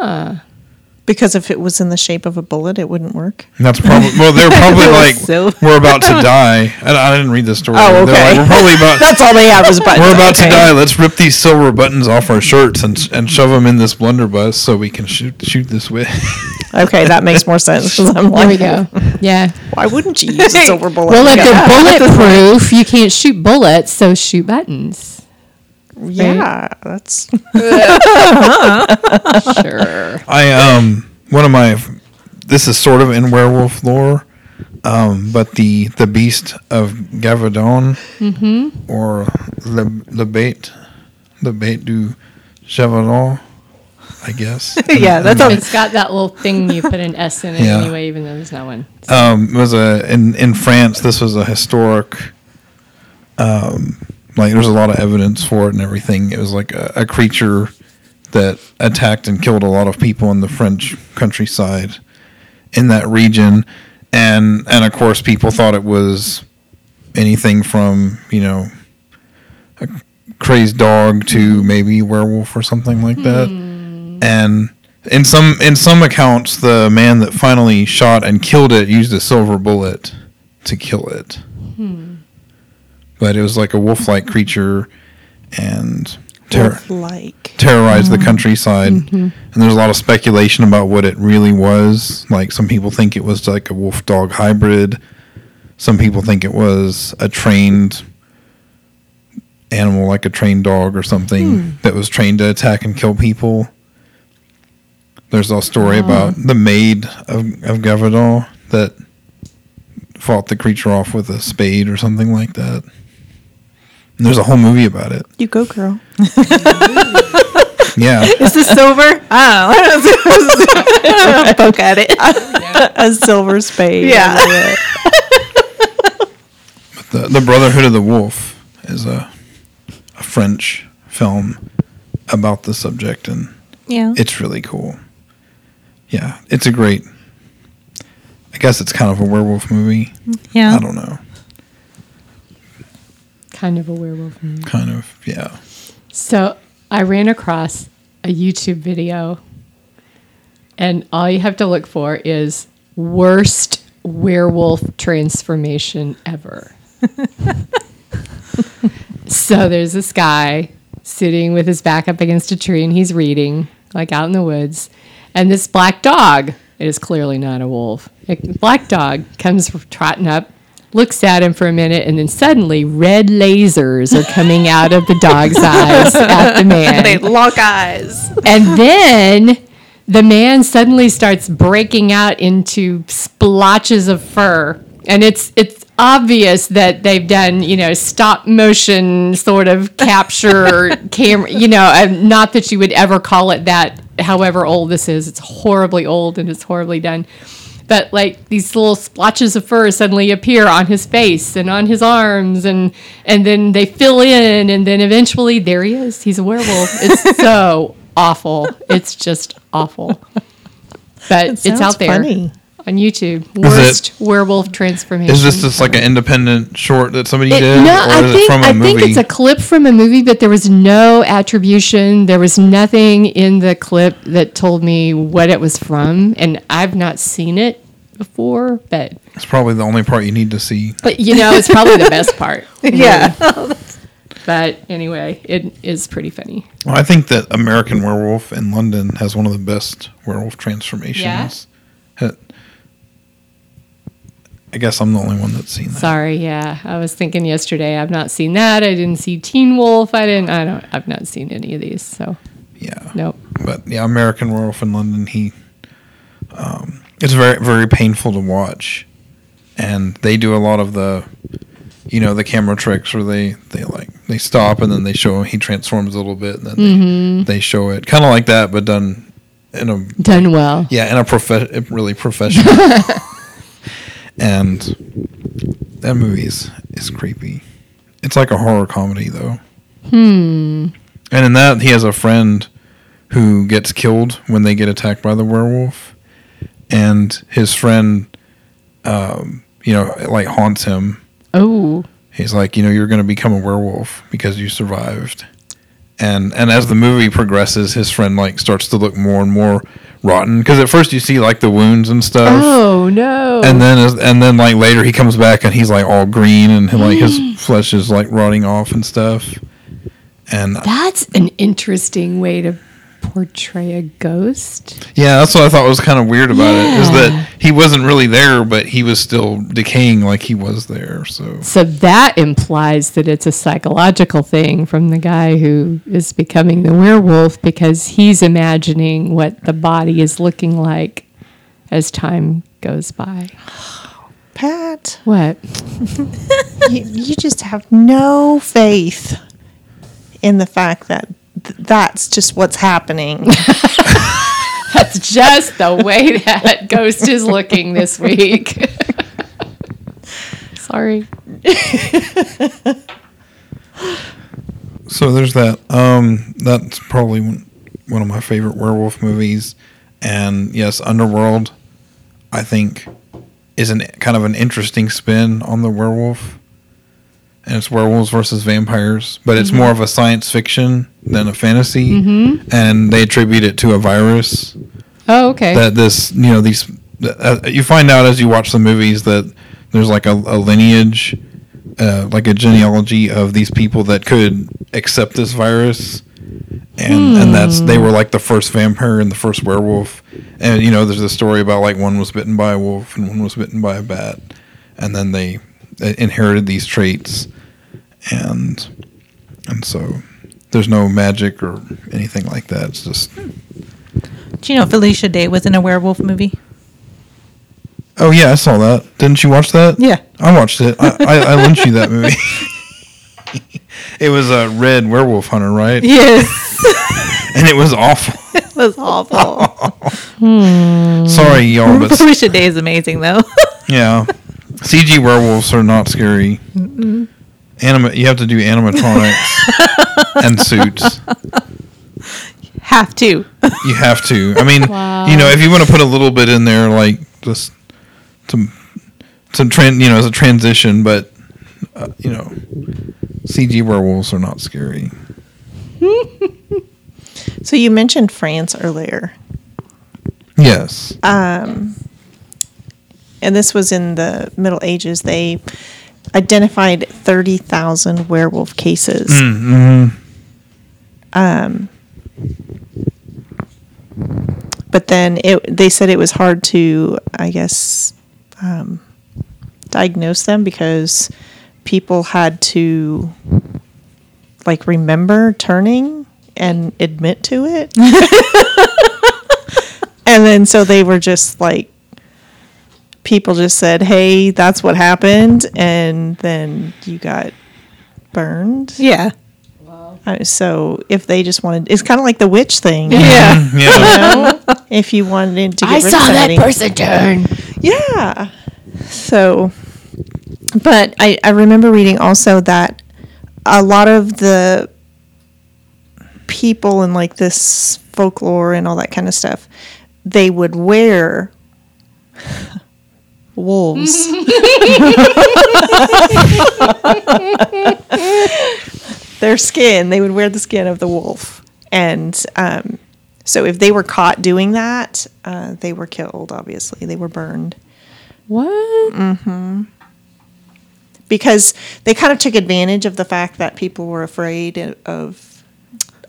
Because if it was in the shape of a bullet, it wouldn't work.
And That's probably well. They're probably like
so-
we're about to die. I, I didn't read the story.
Oh,
They're like,
okay.
we're probably about.
That's all they have is buttons.
we're about
Okay.
to die. Let's rip these silver buttons off our shirts and and shove them in this blunderbuss so we can shoot shoot this witch.
Okay, that makes more sense. 'cause I'm
There we
like,
go. Yeah.
Why wouldn't you use a silver bullet?
Well, if
yeah.
they're bulletproof, you can't shoot bullets, so shoot buttons.
yeah, that's
Sure.
I um one of my this is sort of in werewolf lore, um but the the beast of Gavadon
Mm-hmm.
or le le bait le bait du Chevalon, I guess.
Yeah, that's
all.
a-
it's got that little thing you put an S in it
Yeah.
anyway, even though there's not one.
um, was a in in France. This was a historic. Um, like there's a lot of evidence for it and everything. It was like a, a creature that attacked and killed a lot of people in the French countryside in that region, and and of course people thought it was anything from you know a crazed dog to maybe werewolf or something like that and in some in some accounts the man that finally shot and killed it used a silver bullet to kill it but it was like a wolf-like creature and terror
like.
terrorized the countryside. And there's a lot of speculation about what it really was. Like some people think it was like a wolf dog hybrid. Some people think it was a trained animal, like a trained dog or something that was trained to attack and kill people. There's a story about the maid of, of Gavadon that fought the creature off with a spade or something like that. And there's a whole movie about it.
You go, girl.
Yeah.
Is this silver? Oh. I don't know. Poke at it.
A silver spade.
Yeah.
under it.
The, the Brotherhood of the Wolf is a, a French film about the subject, and
Yeah.
it's really cool. Yeah, it's a great. I guess it's kind of a werewolf movie.
yeah.
I don't know.
Kind of a werewolf.
Kind of, yeah.
So I ran across a YouTube video, and all you have to look for is worst werewolf transformation ever. so there's this guy sitting with his back up against a tree, and he's reading, like out in the woods, and this black dog. It is clearly not a wolf. A black dog comes trotting up, looks at him for a minute, and then suddenly red lasers are coming out of the dog's eyes at the man.
They lock eyes.
And then the man suddenly starts breaking out into splotches of fur. And it's it's obvious that they've done, you know, stop motion sort of capture camera, you know, um, not that you would ever call it that however old this is. It's horribly old and it's horribly done. But like these little splotches of fur suddenly appear on his face and on his arms and and then they fill in and then eventually there he is. He's a werewolf. It's so awful. It's just awful. But it's
sounds
out there
funny.
on YouTube.
Is it-
Worst werewolf transformation.
Is this just like an independent short that somebody
It-
did,
no, I
is
think I think it's a clip from a movie, but there was no attribution. There was nothing in the clip that told me what it was from, and I've not seen it before. But
it's probably the only part you need to see.
but you know, it's probably the best part.
Yeah.
But anyway, it is pretty funny.
Well, I think that American Werewolf in London has one of the best werewolf transformations. Yeah. I guess I'm the only one that's seen that.
Sorry, yeah, I was thinking yesterday. I've not seen that. I didn't see Teen Wolf. I didn't. I don't. I've not seen any of these. So
Yeah.
nope.
But yeah, American Werewolf in London. He, um, it's very very painful to watch, and they do a lot of the, you know, the camera tricks where they they like they stop and then they show him he transforms a little bit and then they, they show it kind of like that but done in a
Done well.
yeah in a prof really professional and that movie is, is creepy it's like a horror comedy though hmm and in that he has a friend who gets killed when they get attacked by the werewolf and his friend um you know it, like haunts him
Oh,
he's like you know you're going to become a werewolf because you survived and and as the movie progresses his friend like starts to look more and more rotten because at first you see like the wounds and stuff
oh no.
and then as, and then like later he comes back and he's like all green and like his
Mm.
flesh is like rotting off and stuff and
That's an interesting way to portray a ghost.
yeah that's what i thought was kind of weird about it is
Yeah.
that he wasn't really there but he was still decaying like he was there so
So that implies that it's a psychological thing from the guy who is becoming the werewolf because he's imagining what the body is looking like as time goes by.
Pat,
What?
you, you just have no faith in the fact that th- that's just what's happening.
That's just the way that ghost is looking this week. Sorry.
So there's that. Um, that's probably one one of my favorite werewolf movies, and yes, Underworld, I think, is an kind of an interesting spin on the werewolf, and it's werewolves versus vampires, but it's more of a science fiction than a fantasy, and they attribute it to a virus
Oh, okay.
that this you know these uh, you find out as you watch the movies that there's like a, a lineage uh, like a genealogy of these people that could accept this virus and and that's they were like the first vampire and the first werewolf and you know there's a story about like one was bitten by a wolf and one was bitten by a bat and then they they inherited these traits and and so there's no magic or anything like that it's just
Do you know Felicia Day was in a werewolf movie?
Oh yeah, I saw that. Didn't you watch that?
Yeah.
I watched it. I, I, I lent you that movie. it was a Red Werewolf Hunter, right?
Yes.
And it was awful.
it was awful.
Sorry, y'all, but s-
Felicia Day is amazing though.
yeah, CG werewolves are not scary. Anima- you have to do animatronics and suits.
Have to.
You have to. I mean,
Wow.
you know, if you want to put a little bit in there, like just to to tran you know, as a transition, but uh, you know, CG werewolves are not scary.
so you mentioned France earlier.
Yes.
and this was in the Middle Ages, they identified 30,000 werewolf cases. Um, but then it, they said it was hard to, I guess, um, diagnose them because people had to like remember turning and admit to it. and then so they were just like people just said, "Hey, that's what happened." And then you got burned.
Yeah.
Uh, So if they just wanted it's kind of like the witch thing.
Mm-hmm.
Yeah.
Yeah.
know? if you wanted to get
I
rid
saw
of
that
somebody.
person turn.
Yeah. So, but I, I remember reading also that a lot of the people in like this folklore and all that kind of stuff, they would wear wolves. Their skin, they would wear the skin of the wolf. And um, so if they were caught doing that, uh, they were killed, obviously. They were burned.
What?
because they kind of took advantage of the fact that people were afraid of, of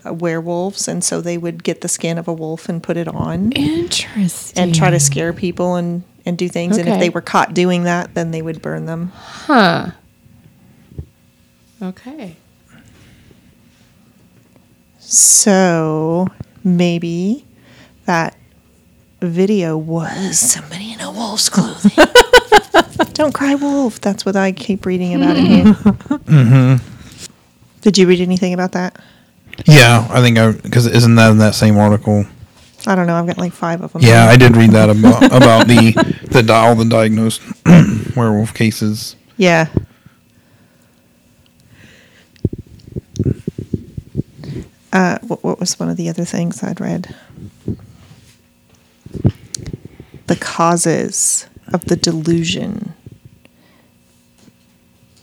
uh, werewolves, and so they would get the skin of a wolf and put it on
Interesting.
and try to scare people and, and do things. And if
Okay.
they were caught doing that, then they would burn them.
Huh. Okay.
So maybe that video was somebody in a wolf's clothing. Don't cry wolf. That's what I keep reading about in here. Did you read anything about that?
yeah, I think I because isn't that in that same article?
I don't know. I've got like five of them.
Yeah, I did read that about about the the di- all the diagnosed werewolf cases.
Yeah. Uh, what, what was one of the other things I'd read? The causes of the delusion.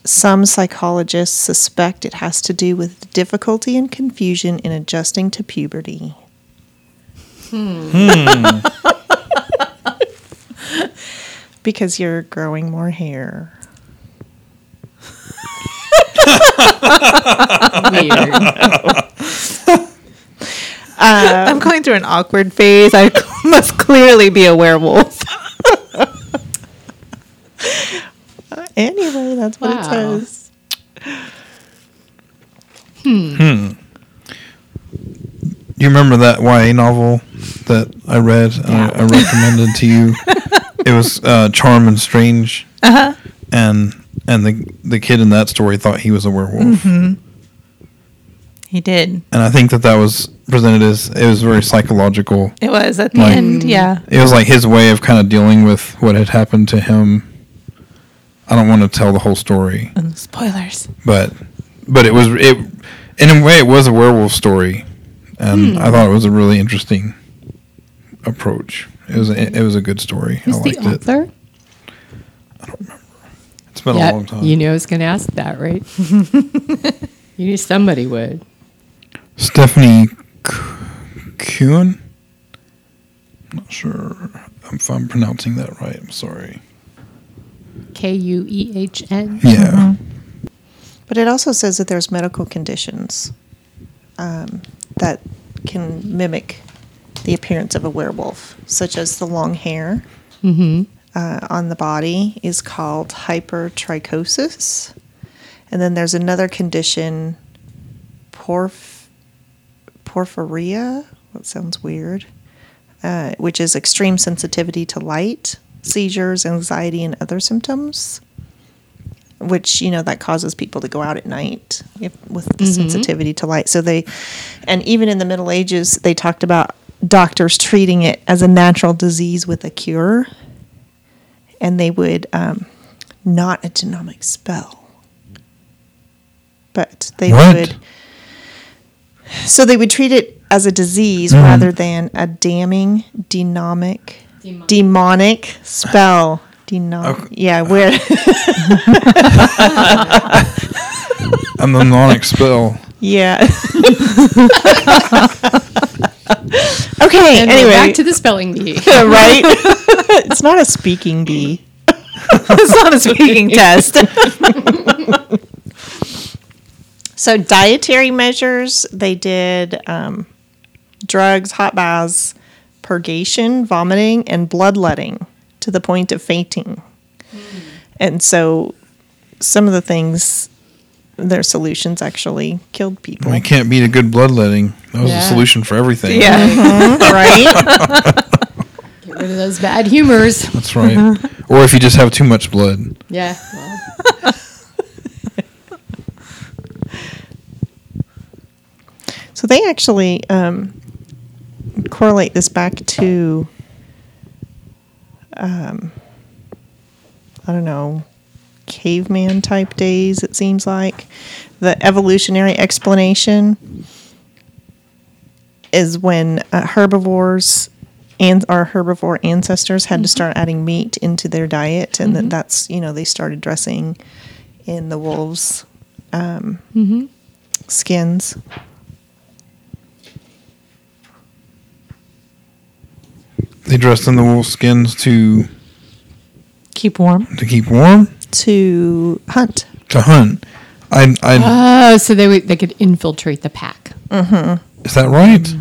Some psychologists suspect it has to do with difficulty and confusion in adjusting to puberty. because you're growing more hair.
Weird.
I'm going through an awkward phase. I must clearly be a werewolf.
Anyway, that's what it
Wow.
says.
You remember that YA novel that I read? uh, I, I recommended to you. It was uh, Charm and Strange, and and the the kid in that story thought he was a werewolf,
He did.
and I think that that was presented as it was very psychological.
It was at the
Like-
end. Yeah.
It was like his way of kind of dealing with what had happened to him. I don't want to tell the whole story,
And spoilers.
but but it was it in a way it was a werewolf story,
Hmm.
and I thought it was a really interesting approach. It was a, it was a good story. I
Who's the
liked it.
author?
It's been
Yeah,
a long time.
You knew I was going to ask that, right? you knew somebody would.
Stephanie Kuhn. Not sure if I'm pronouncing that right. I'm sorry.
K U E H N.
Yeah.
Mm-hmm.
But it also says that there's medical conditions um, that can mimic the appearance of a werewolf, such as the long hair uh, on the body is called hypertrichosis. And then there's another condition, porph- porphyria. That sounds weird. Uh, which is extreme sensitivity to light, seizures, anxiety, and other symptoms which you know that causes people to go out at night if, with the sensitivity to light. So they, and even in the Middle Ages, they talked about doctors treating it as a natural disease with a cure, and they would um, not a genomic spell, but they
What?
would. So they would treat it as a disease rather than a damning demonic demonic, spell. Denom- Yeah, where
And the mnemonic spell.
Yeah. okay.
And
anyway,
anyway, back to the spelling bee.
right? it's not a speaking bee.
it's not a speaking test.
So dietary measures they did um, drugs, hot baths, purgation, vomiting, and bloodletting to the point of fainting.
Hmm.
And so some of the things, their solutions actually killed people.
We can't beat a good bloodletting. That was
Yeah.
the solution for everything.
Yeah.
right?
Get rid of those bad humors.
That's right. or if you just have too much blood.
Yeah. well,
So they actually um, correlate this back to, um, I don't know, caveman type days, it seems like. The evolutionary explanation is when uh, herbivores and our herbivore ancestors had to start adding meat into their diet, and then that's, you know, they started dressing in the wolves' um, skins.
They dressed in the wolf skins to
Keep warm.
to keep warm,
to hunt.
to hunt. I I
Oh, so they would, they could infiltrate the pack.
is that right?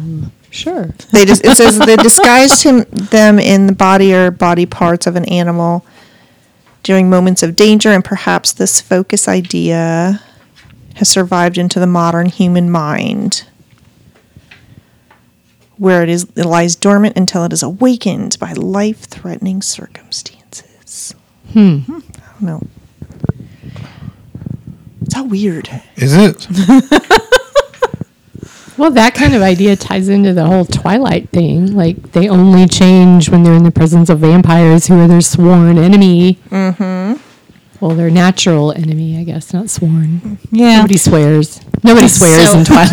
Sure.
They just it says they disguised him them in the body or body parts of an animal during moments of danger, and perhaps this focus idea has survived into the modern human mind, where it is it lies dormant until it is awakened by life-threatening circumstances. Hmm. I don't know. It's all weird.
Is it?
Well, that kind of idea ties into the whole Twilight thing. Like they only change when they're in the presence of vampires, who are their sworn enemy. Mm-hmm. Well, their natural enemy, I guess, not sworn.
Yeah.
Nobody swears. Nobody swears in Twilight.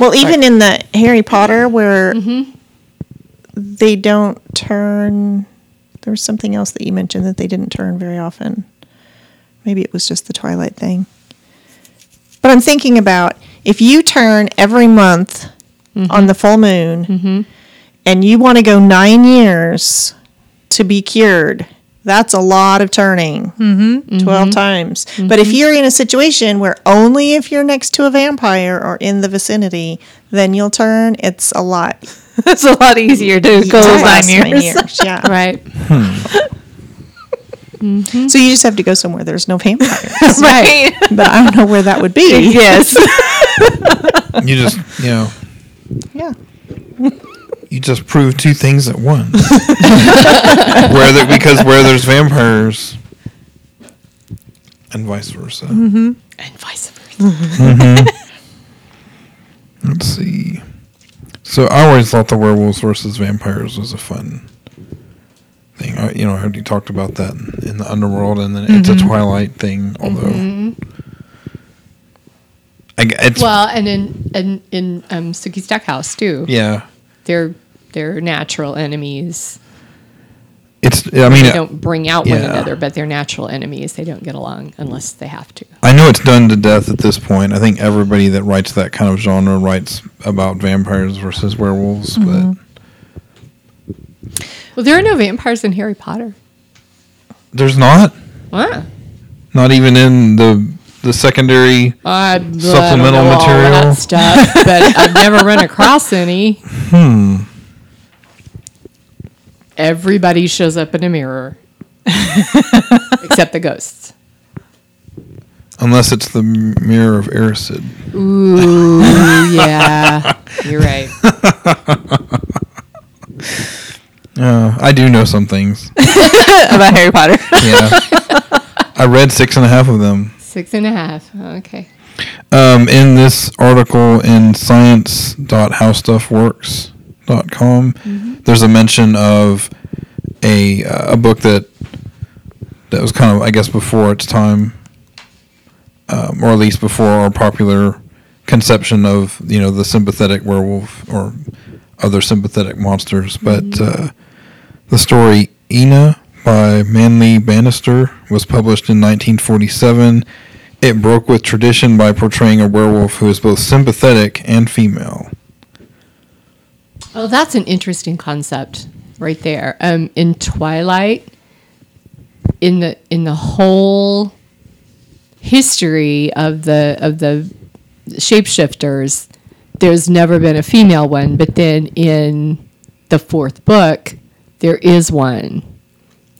Well, even in the Harry Potter, where they don't turn, there was something else that you mentioned that they didn't turn very often. Maybe it was just the Twilight thing. But I'm thinking about if you turn every month on the full moon and you want to go nine years to be cured, that's a lot of turning. Mm-hmm. 12 times. But if you're in a situation where only if you're next to a vampire or in the vicinity, then you'll turn, it's a lot.
It's a lot easier to go
It's a lot
nine
of
years.
Yeah.
right.
So you just have to go somewhere there's no vampires.
Right.
but I don't know where that would be.
yes.
You just you know
Yeah.
you just prove two things at once. where there, because where there's vampires, and vice versa.
And vice versa.
Let's see. So I always thought the werewolves versus vampires was a fun thing. I, you know, I already talked about that in, in the underworld, and then it's a
Mm-hmm.
Twilight thing. Although, I g it's
Well, and in and in um, Suki Stackhouse too.
yeah,
They're they're natural enemies.
it's. I mean,
They
it-
don't bring out one
yeah.
another, but they're natural enemies. They don't get along unless they have to.
I know it's done to death at this point. I think everybody that writes that kind of genre writes about vampires versus werewolves,
Mm-hmm.
but
Well, there are no vampires in Harry Potter.
there's not.
What?
Not even in the the secondary.
I,
Supplemental
I don't know all
material.
that stuff, but I've never run across any. Hmm. Everybody shows up in a mirror, except the ghosts.
Unless it's the mirror of Erised.
Ooh, yeah, you're right.
Uh, I do know some things.
About Harry Potter.
Yeah. I read six and a half of them.
Six and a half. Okay.
Um, in this article in science.howstuffworks.com,
Mm-hmm.
there's a mention of a uh, a book that that was kind of I guess before its time, um, or at least before our popular conception of you know the sympathetic werewolf or other sympathetic monsters. But
Mm-hmm.
uh, the story Ina by Manley Bannister was published in 1947. It broke with tradition by portraying a werewolf who is both sympathetic and female.
Oh, that's an interesting concept right there. Um, in Twilight, in the in the whole history of the of the shapeshifters, there's never been a female one, but then in the fourth book, there is one.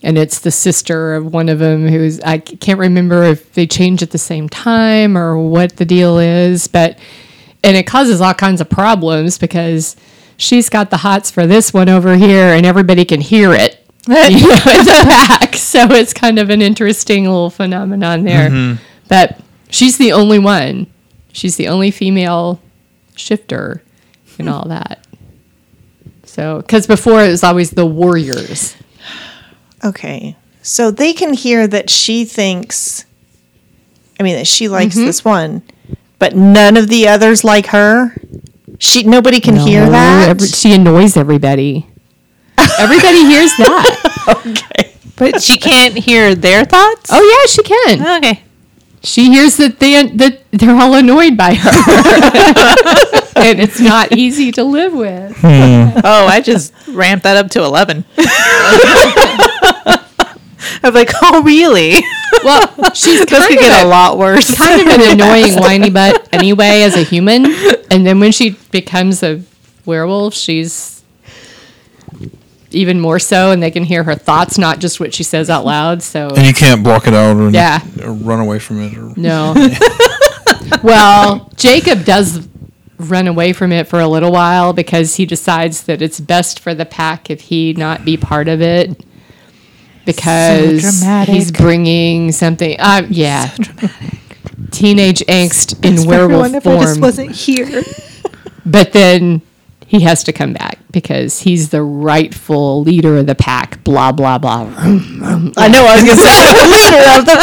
and it's the sister of one of them who's I c- can't remember if they change at the same time or what the deal is, but and it causes all kinds of problems because she's got the hots for this one over here and everybody can hear it you know, in the back. So it's kind of an interesting little phenomenon there. But she's the only one. She's the only female shifter and all that. So, because before it was always the warriors.
Okay. So they can hear that she thinks, I mean, that she likes this one, but none of the others like her. She nobody can hear
No,
that.
every- she annoys everybody. Everybody hears that.
But she can't hear their thoughts?
Oh yeah, she can.
Okay.
She hears that they that they're all annoyed by her, and it's not easy to live with.
Oh, I just ramped that up to 11. I'm like, oh, really?
Well, she's
This
kind
could
of
get
a-
a lot worse.
kind of an annoying whiny butt anyway as a human, and then when she becomes a werewolf, she's even more so, and they can hear her thoughts, not just what she says out loud. So
And you can't block it out or,
Yeah.
or run away from it. Or,
No. well, Jacob does run away from it for a little while because he decides that it's best for the pack if he not be part of it because he's
dramatic.
bringing something. Uh, yeah. Teenage angst in werewolf form.
wasn't here.
But then he has to come back because he's the rightful leader of the pack. Blah, blah, blah.
I know I was gonna say I'm the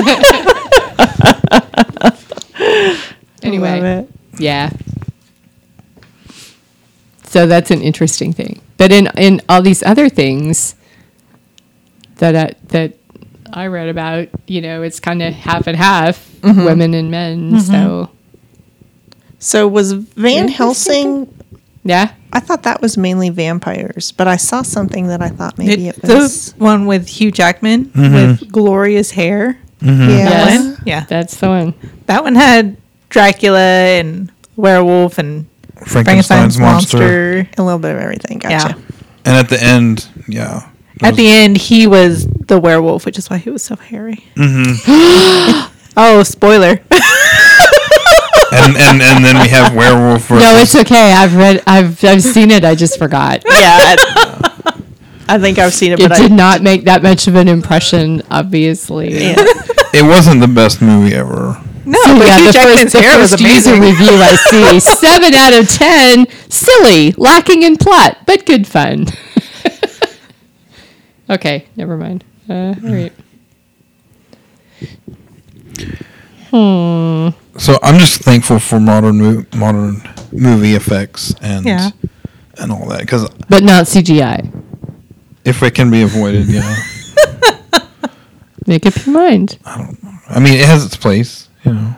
leader of the pack.
I mean, yeah.
Anyway.
Love it.
Yeah. So that's an interesting thing. But in in all these other things that I, that I read about, you know, it's kind of half and half, women and men. So
So was Van Helsing
yeah,
I thought that was mainly vampires, but I saw something that I thought maybe it, was Mm-hmm.
the one with Hugh Jackman with glorious hair.
yeah.
Mm-hmm. Yes.
One? Yeah.
that's the one.
That one had Dracula and werewolf and
Frankenstein's monster.
A little bit of everything. Gotcha.
Yeah.
And at the end, yeah.
At the end, he was the werewolf, which is why he was so hairy.
Mm-hmm.
oh, spoiler.
and, and, and then we have werewolf versus
No, it's okay. I've read. I've I've seen it. I just forgot.
Yeah. I, I think I've seen it,
It
but I
did not make that much of an impression, obviously.
yeah.
it wasn't the best movie ever.
No,
So
but
yeah,
Hugh
the
Jackman's
first, Oh the
hair was
first user
amazing.
review I see seven out of ten. Silly, lacking in plot, but good fun. okay, never mind. Uh, all right.
So I'm just thankful for modern mo- modern movie effects and
Yeah.
and all that because
But not CGI.
if it can be avoided, yeah.
Make up your mind.
I mean, it has its place, you know,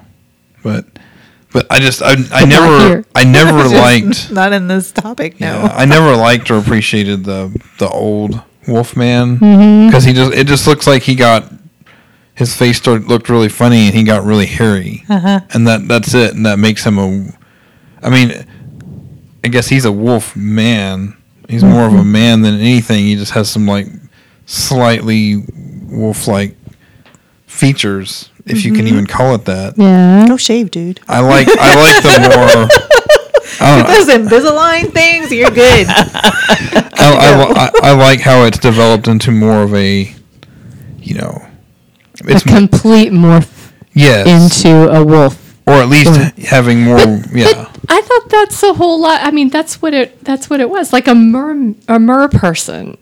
but but I just I, I
not
never
here.
I never liked
Not in this topic, no.
yeah, I never liked or appreciated the the old Wolfman because he just it just looks like he got his face started, looked really funny and he got really hairy and that that's it and that makes him a I mean I guess he's a wolf man he's more of a man than anything he just has some like slightly wolf like features if you can even call it that
Yeah.
No shave, dude.
I like I like the more I don't know.
Those Invisalign things, you're good.
I, I, I, I like how it's developed into more of a, you know,
A
it's m-
complete morph
yes,
into a wolf.
or at least having more. yeah,
But I thought that's a whole lot. I mean, that's what it. That's what it was. Like a mer a mer person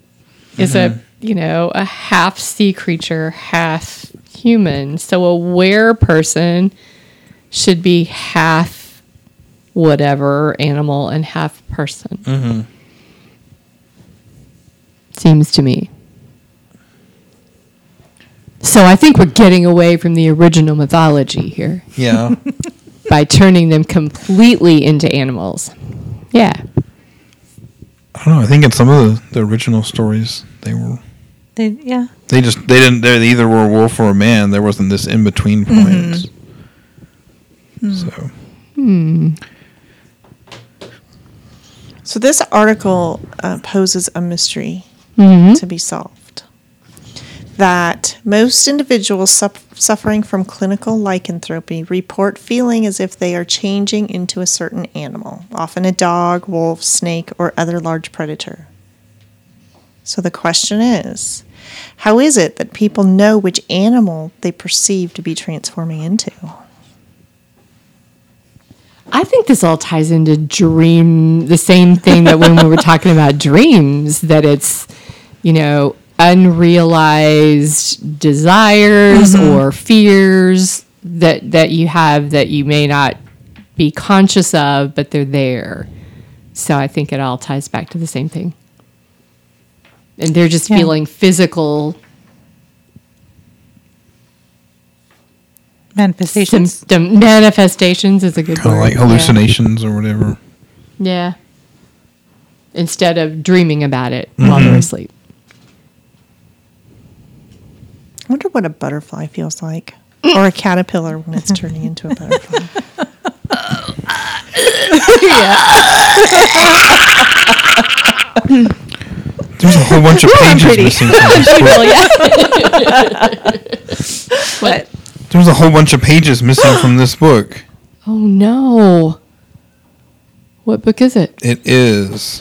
is a you know a half sea creature, half human. So a were person should be half whatever animal and half person. Seems to me. So I think we're getting away from the original mythology here
yeah.
by turning them completely into animals. Yeah.
I don't know. I think in some of the, the original stories, they were
They- yeah.
they just they didn't they either were a wolf or a man. There wasn't this in between
Mm-hmm.
point.
Hmm.
So
So this article uh, poses a mystery to be solved. That most individuals suff suffering from clinical lycanthropy report feeling as if they are changing into a certain animal, often a dog, wolf, snake, or other large predator. So the question is how is it that people know which animal they perceive to be transforming into?
I think this all ties into dream, the same thing that when we were talking about dreams, that it's, you know, unrealized desires or fears that that you have that you may not be conscious of, but they're there. So I think it all ties back to the same thing. And they're just
Yeah.
feeling physical
Manifestations.
symptom manifestations is a good
Kind
word.
of like
Yeah.
hallucinations or whatever.
Yeah. Instead of dreaming about it while they're asleep.
I wonder what a butterfly feels like, or a caterpillar when it's turning into a butterfly.
There's a whole bunch of pages missing from this book.
What?
There's a whole bunch of pages missing from this book.
Oh no. What book is it?
It is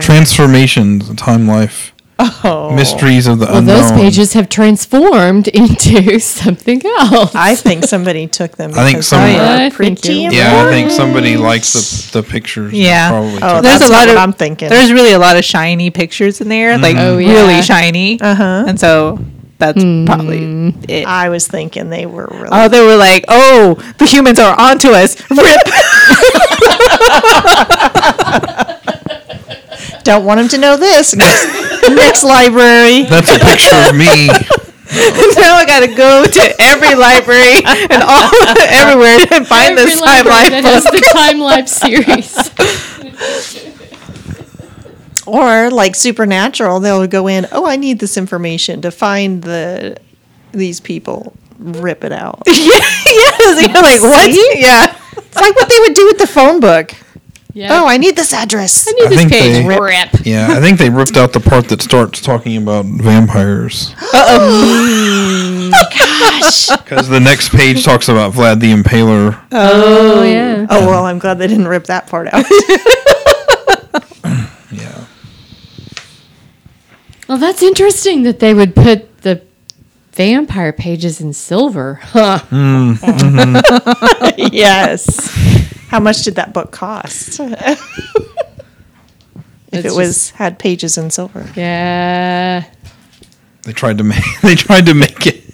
Transformations, a Time Life,
Oh,
Mysteries of the
Well,
Unknown.
those pages have transformed into something else.
I think somebody took them.
I think
because
some-
they
Oh,
yeah,
were
I think
pretty
you're
Yeah, I think
important.
somebody likes the, the pictures.
Yeah.
Probably
Oh,
took-
There's
that's
a lot
what
of-
I'm thinking.
There's really a lot of shiny pictures in there, like
Oh, yeah.
really shiny.
Mm-hmm. Uh-huh. Mm.
And so that's probably it.
I was thinking they were really.
Oh, they were like, oh, the humans are onto us. Rip.
Don't want them to know this. Next library.
that's a picture of me.
now I gotta go to every library and all everywhere and find
Every
this time
library
life
that
book.
has the time life series.
Or like supernatural, they'll go in. Oh, I need this information to find the these people. Rip it out. It's
yes, you're like what? Yeah,
like what they would do with the phone book.
Yeah.
Oh, I need this address.
I need
I
this
think
page.
they-
Rip.
Yeah, I think they ripped out the part that starts talking about vampires.
Gosh.
Because the next page talks about Vlad the Impaler.
Oh yeah.
Oh well, I'm glad they didn't rip that part out.
Yeah.
Well, that's interesting that they would put the vampire pages in silver. Huh.
yes. How much did that book cost? if
It's
it was had pages in silver.
Yeah.
They tried to make they tried to make it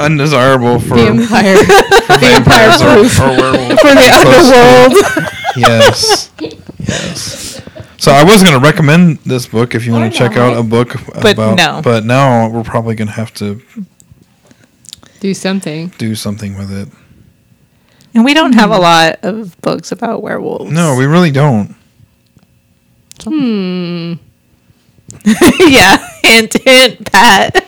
undesirable for,
Vampire.
for vampires or, or werewolves.
for the underworld.
yes. Yes. So I was going to recommend this book if you want to check out a book
But
about
no.
but now we're probably going to have to
Do something.
do something with it.
And we don't have a lot of books about werewolves.
Hmm. No, we really don't.
yeah, hint, hint, Pat.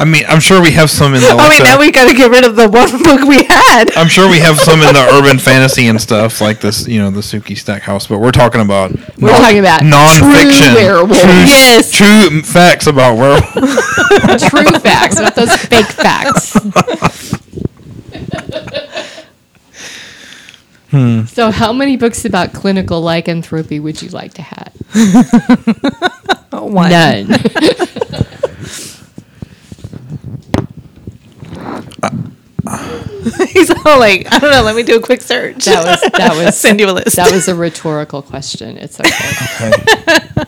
I mean, I'm sure we have some in the
Oh
like
wait,
the-
now we gotta get rid of the one book we had.
I'm sure we have some in the urban fantasy and stuff like this, you know, the Suki Stackhouse, but we're talking about
We're talking about true
nonfiction,
werewolves.
true-
Yes.
true facts about werewolves.
True facts, not those fake facts. So, how many books about clinical lycanthropy would you like to have?
One.
None.
He's all like, I don't know. Let me do a quick search.
That was that was
Send you a list.
that was a rhetorical question. It's okay.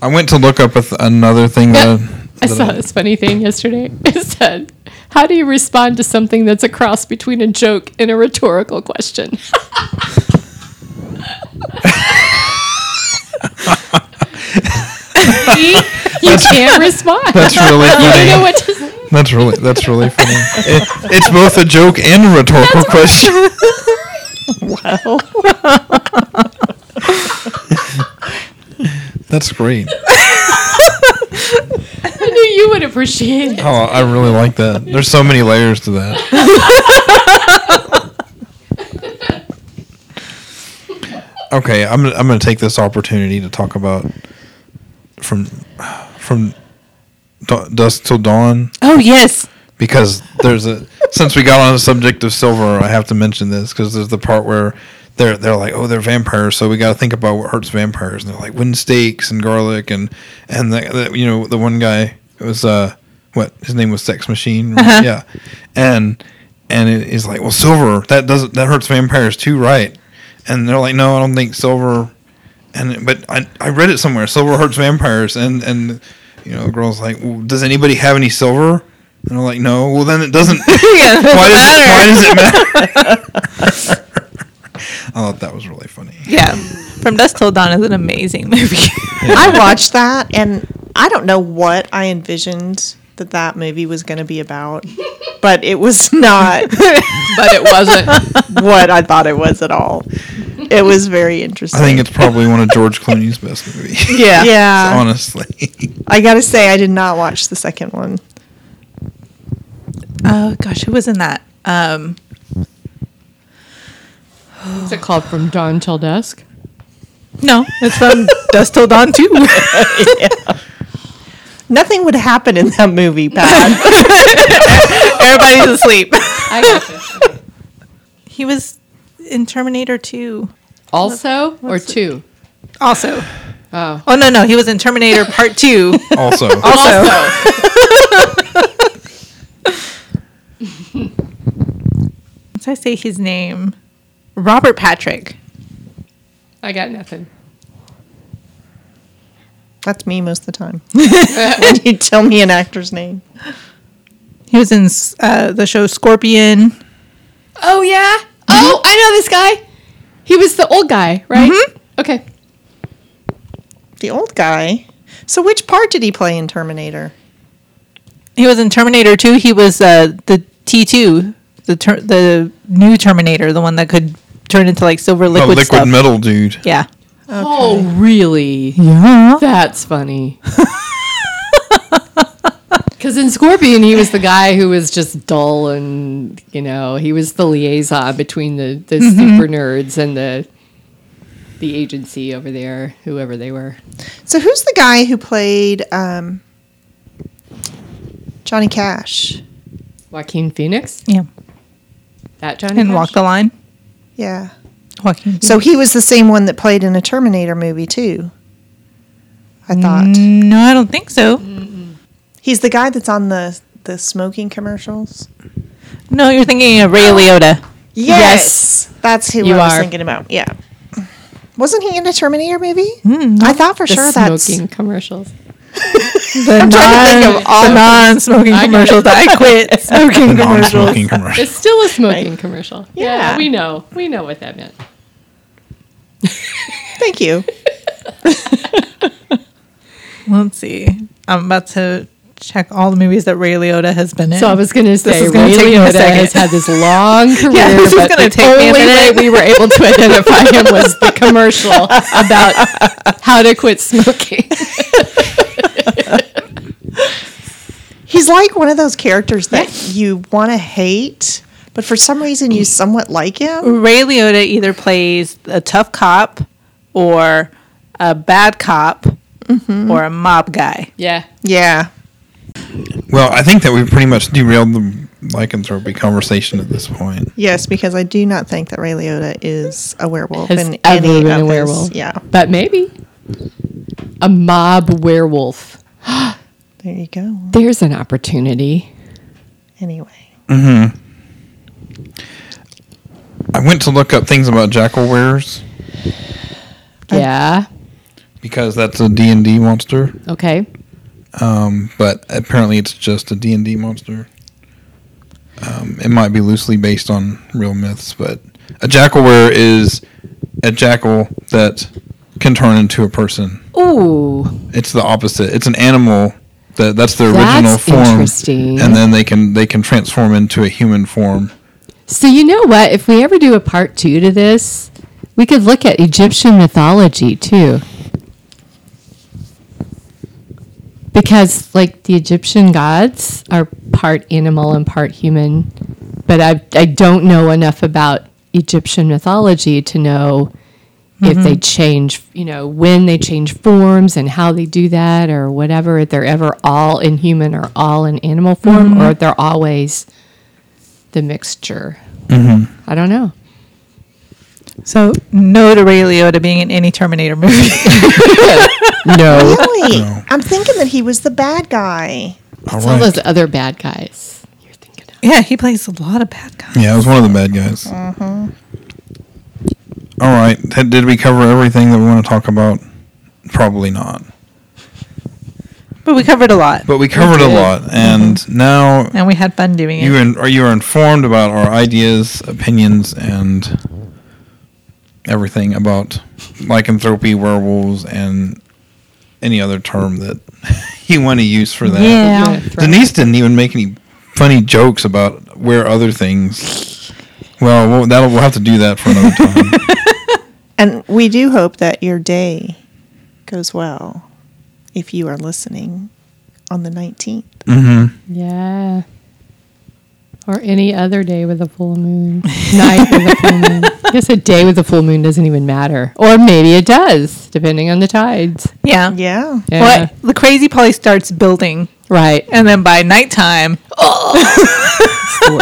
I went to look up a th- another thing that,
I
that
saw
I-
this funny thing yesterday. It said, "How do you respond to something that's a cross between a joke and a rhetorical question?" See? you can't respond.
that's
You
really
don't know
funny.
what to say.
That's really that's really funny. It- it's both a joke and a rhetorical question.
Wow.
That's great.
I knew you would appreciate it.
Oh, I really like that. There's so many layers to that. okay, I'm gonna- I'm going to take this opportunity to talk about from from du- dusk till dawn
Oh yes.
because there's a since we got on the subject of silver, I have to mention this because there's the part where they're they're like, oh, they're vampires, so we got to think about what hurts vampires, and they're like wind steaks and garlic and and the, the you know the one guy it was uh what his name was Sex Machine yeah, and and it is like well silver that doesn't that hurts vampires too right, and they're like no I don't think silver and but I, I read it somewhere silver hurts vampires and and you know the girl's like well, does anybody have any silver and i'm like no well then it doesn't why, does,
Yeah,
why does it matter i thought that was really funny
Yeah. From Dusk Till Dawn is an amazing movie.
I watched that, and I don't know what I envisioned that that movie was going to be about, but it was not
but it wasn't.
what I thought it was at all. It was very
i
interesting.
think it's probably one of george clooney's best movies
yeah,
honestly
I gotta say, I did not watch the second one.
oh gosh, who was in that? Um,
What's it called? From dawn till dusk.
no, it's from Dusk Till Dawn too.
Nothing would happen in that movie, Pat.
Everybody's asleep.
I gotcha.
He was in Terminator Two.
Also or
What's it-
two.
Also.
Oh.
Oh no no, he was in Terminator Part Two.
also
also. Once I say his name, Robert Patrick.
I got nothing.
That's me most of the time. when you tell me an actor's name,
He was in uh, the show Scorpion.
Oh yeah. Oh, I know this guy. He was the old guy, right? Mm-hmm. Okay.
the old guy. So, which part did he play in Terminator?
He was in Terminator 2. He was uh, the T2, the ter- the new Terminator, the one that could turn into like silver
the
liquid,
liquid
stuff.
metal dude
Yeah.
Oh really?
Yeah.
That's funny. Because in Scorpion, he was the guy who was just dull and, you know, he was the liaison between the, the
Mm-hmm.
super nerds and the the agency over there, whoever they were.
So, who's the guy who played um, Johnny Cash?
Joaquin Phoenix?
Yeah.
That Johnny?
And
Cash?
Walk the Line.
Yeah.
Walking.
So he was the same one that played in a Terminator movie too. I thought
Mm.
Mm.
mm, No, I don't think so.
he's the guy that's on the the smoking commercials.
No, you're thinking of Ray Liotta.
Yes, that's who
You
I was
are.
thinking about. Yeah, wasn't he in a Terminator movie? I thought for
Mm, The
sure that's
smoking commercials.
The
trying
I'm
to think of all
the
of
non-smoking
I got it.
commercials. that I quit smoking commercials.
non-smoking commercial
It's still a smoking commercial.
Yeah.
we know. We know what that meant.
Thank you.
Let's see. I'm about to check all the movies that Ray Liotta has been in.
So I was going to say,
is gonna
Ray
take me a
Liotta
second.
has had this long career,
this is
but
gonna
the
take me a
only way
minute.
we were able to identify him was the commercial about how to quit smoking.
He's like one of those characters that you want to hate, but for some reason you somewhat like him.
Ray Liotta either plays a tough cop or a bad cop or a mob guy.
Yeah.
Yeah,
well i think that we've pretty much derailed the lycanthropy conversation at this point
yes, because I do not think that Ray Liotta is a werewolf
Has
in
ever
any
been
of
a
his-
werewolf.
Yeah,
But maybe a mob werewolf.
there you go.
There's an opportunity.
Anyway.
Hmm. i went to look up things about jackal wares
Yeah.
because that's a d&d monster
Okay.
um, but apparently it's just a D&D monster. Um, it might be loosely based on real myths, but a jackalware is a jackal that can turn into a person.
Ooh.
It's the opposite. It's an animal that that's their original
That's
form,
interesting.
and then they can they can transform into a human form.
So you know what? If we ever do a part two to this, we could look at Egyptian mythology too. Because like the Egyptian gods are part animal and part human, but I I don't know enough about Egyptian mythology to know if they change, you know, when they change forms and how they do that or whatever, if they're ever all in human or all in animal form or if they're always the mixture.
Mm-hmm.
I don't know.
So no to Ray Liotta being in any Terminator movie.
No.
Really? I'm thinking that he was the bad guy.
All
It's all
right.
those other bad guys you're thinking of.
yeah, he plays a lot of bad guys.
Yeah, it was one of the bad guys. All right. Th- Did we cover everything that we want to talk about? Probably not.
But we covered a lot,
But we covered a
did.
lot. And now
and we had fun doing it.
you in, are you are informed about our ideas, opinions, and everything about lycanthropy, werewolves, and any other term that you want to use for that.
yeah.
Unit threat.
Denise didn't even make any funny jokes about where other things. Well, we'll that'll we'll have to do that for another time.
And we do hope that your day goes well if you are listening on the 19th.
Yeah. Or any other day with a full moon. Night with a full moon. I guess a day with a full moon doesn't even matter. Or maybe it does, depending on the tides.
yeah,
Yeah.
Yeah.
Well, the crazy probably starts building,
Right.
and then by nighttime,
It's the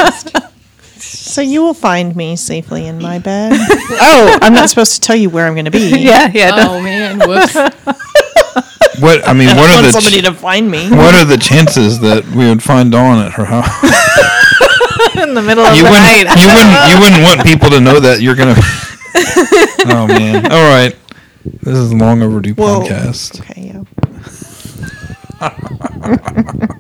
worst.
So you will find me safely in my bed. oh, I'm not supposed to tell you where I'm going to be.
yeah, yeah, no.
oh man, whoops.
What I mean, what
I
are
want
the
somebody
ch-
to find me.
what are the chances that we would find Dawn at her house?
in the middle of
You
the
wouldn't,
night.
you wouldn't, you wouldn't want people to know that you're gonna. oh man! All right, this is long overdue
Whoa.
podcast.
Okay, yeah.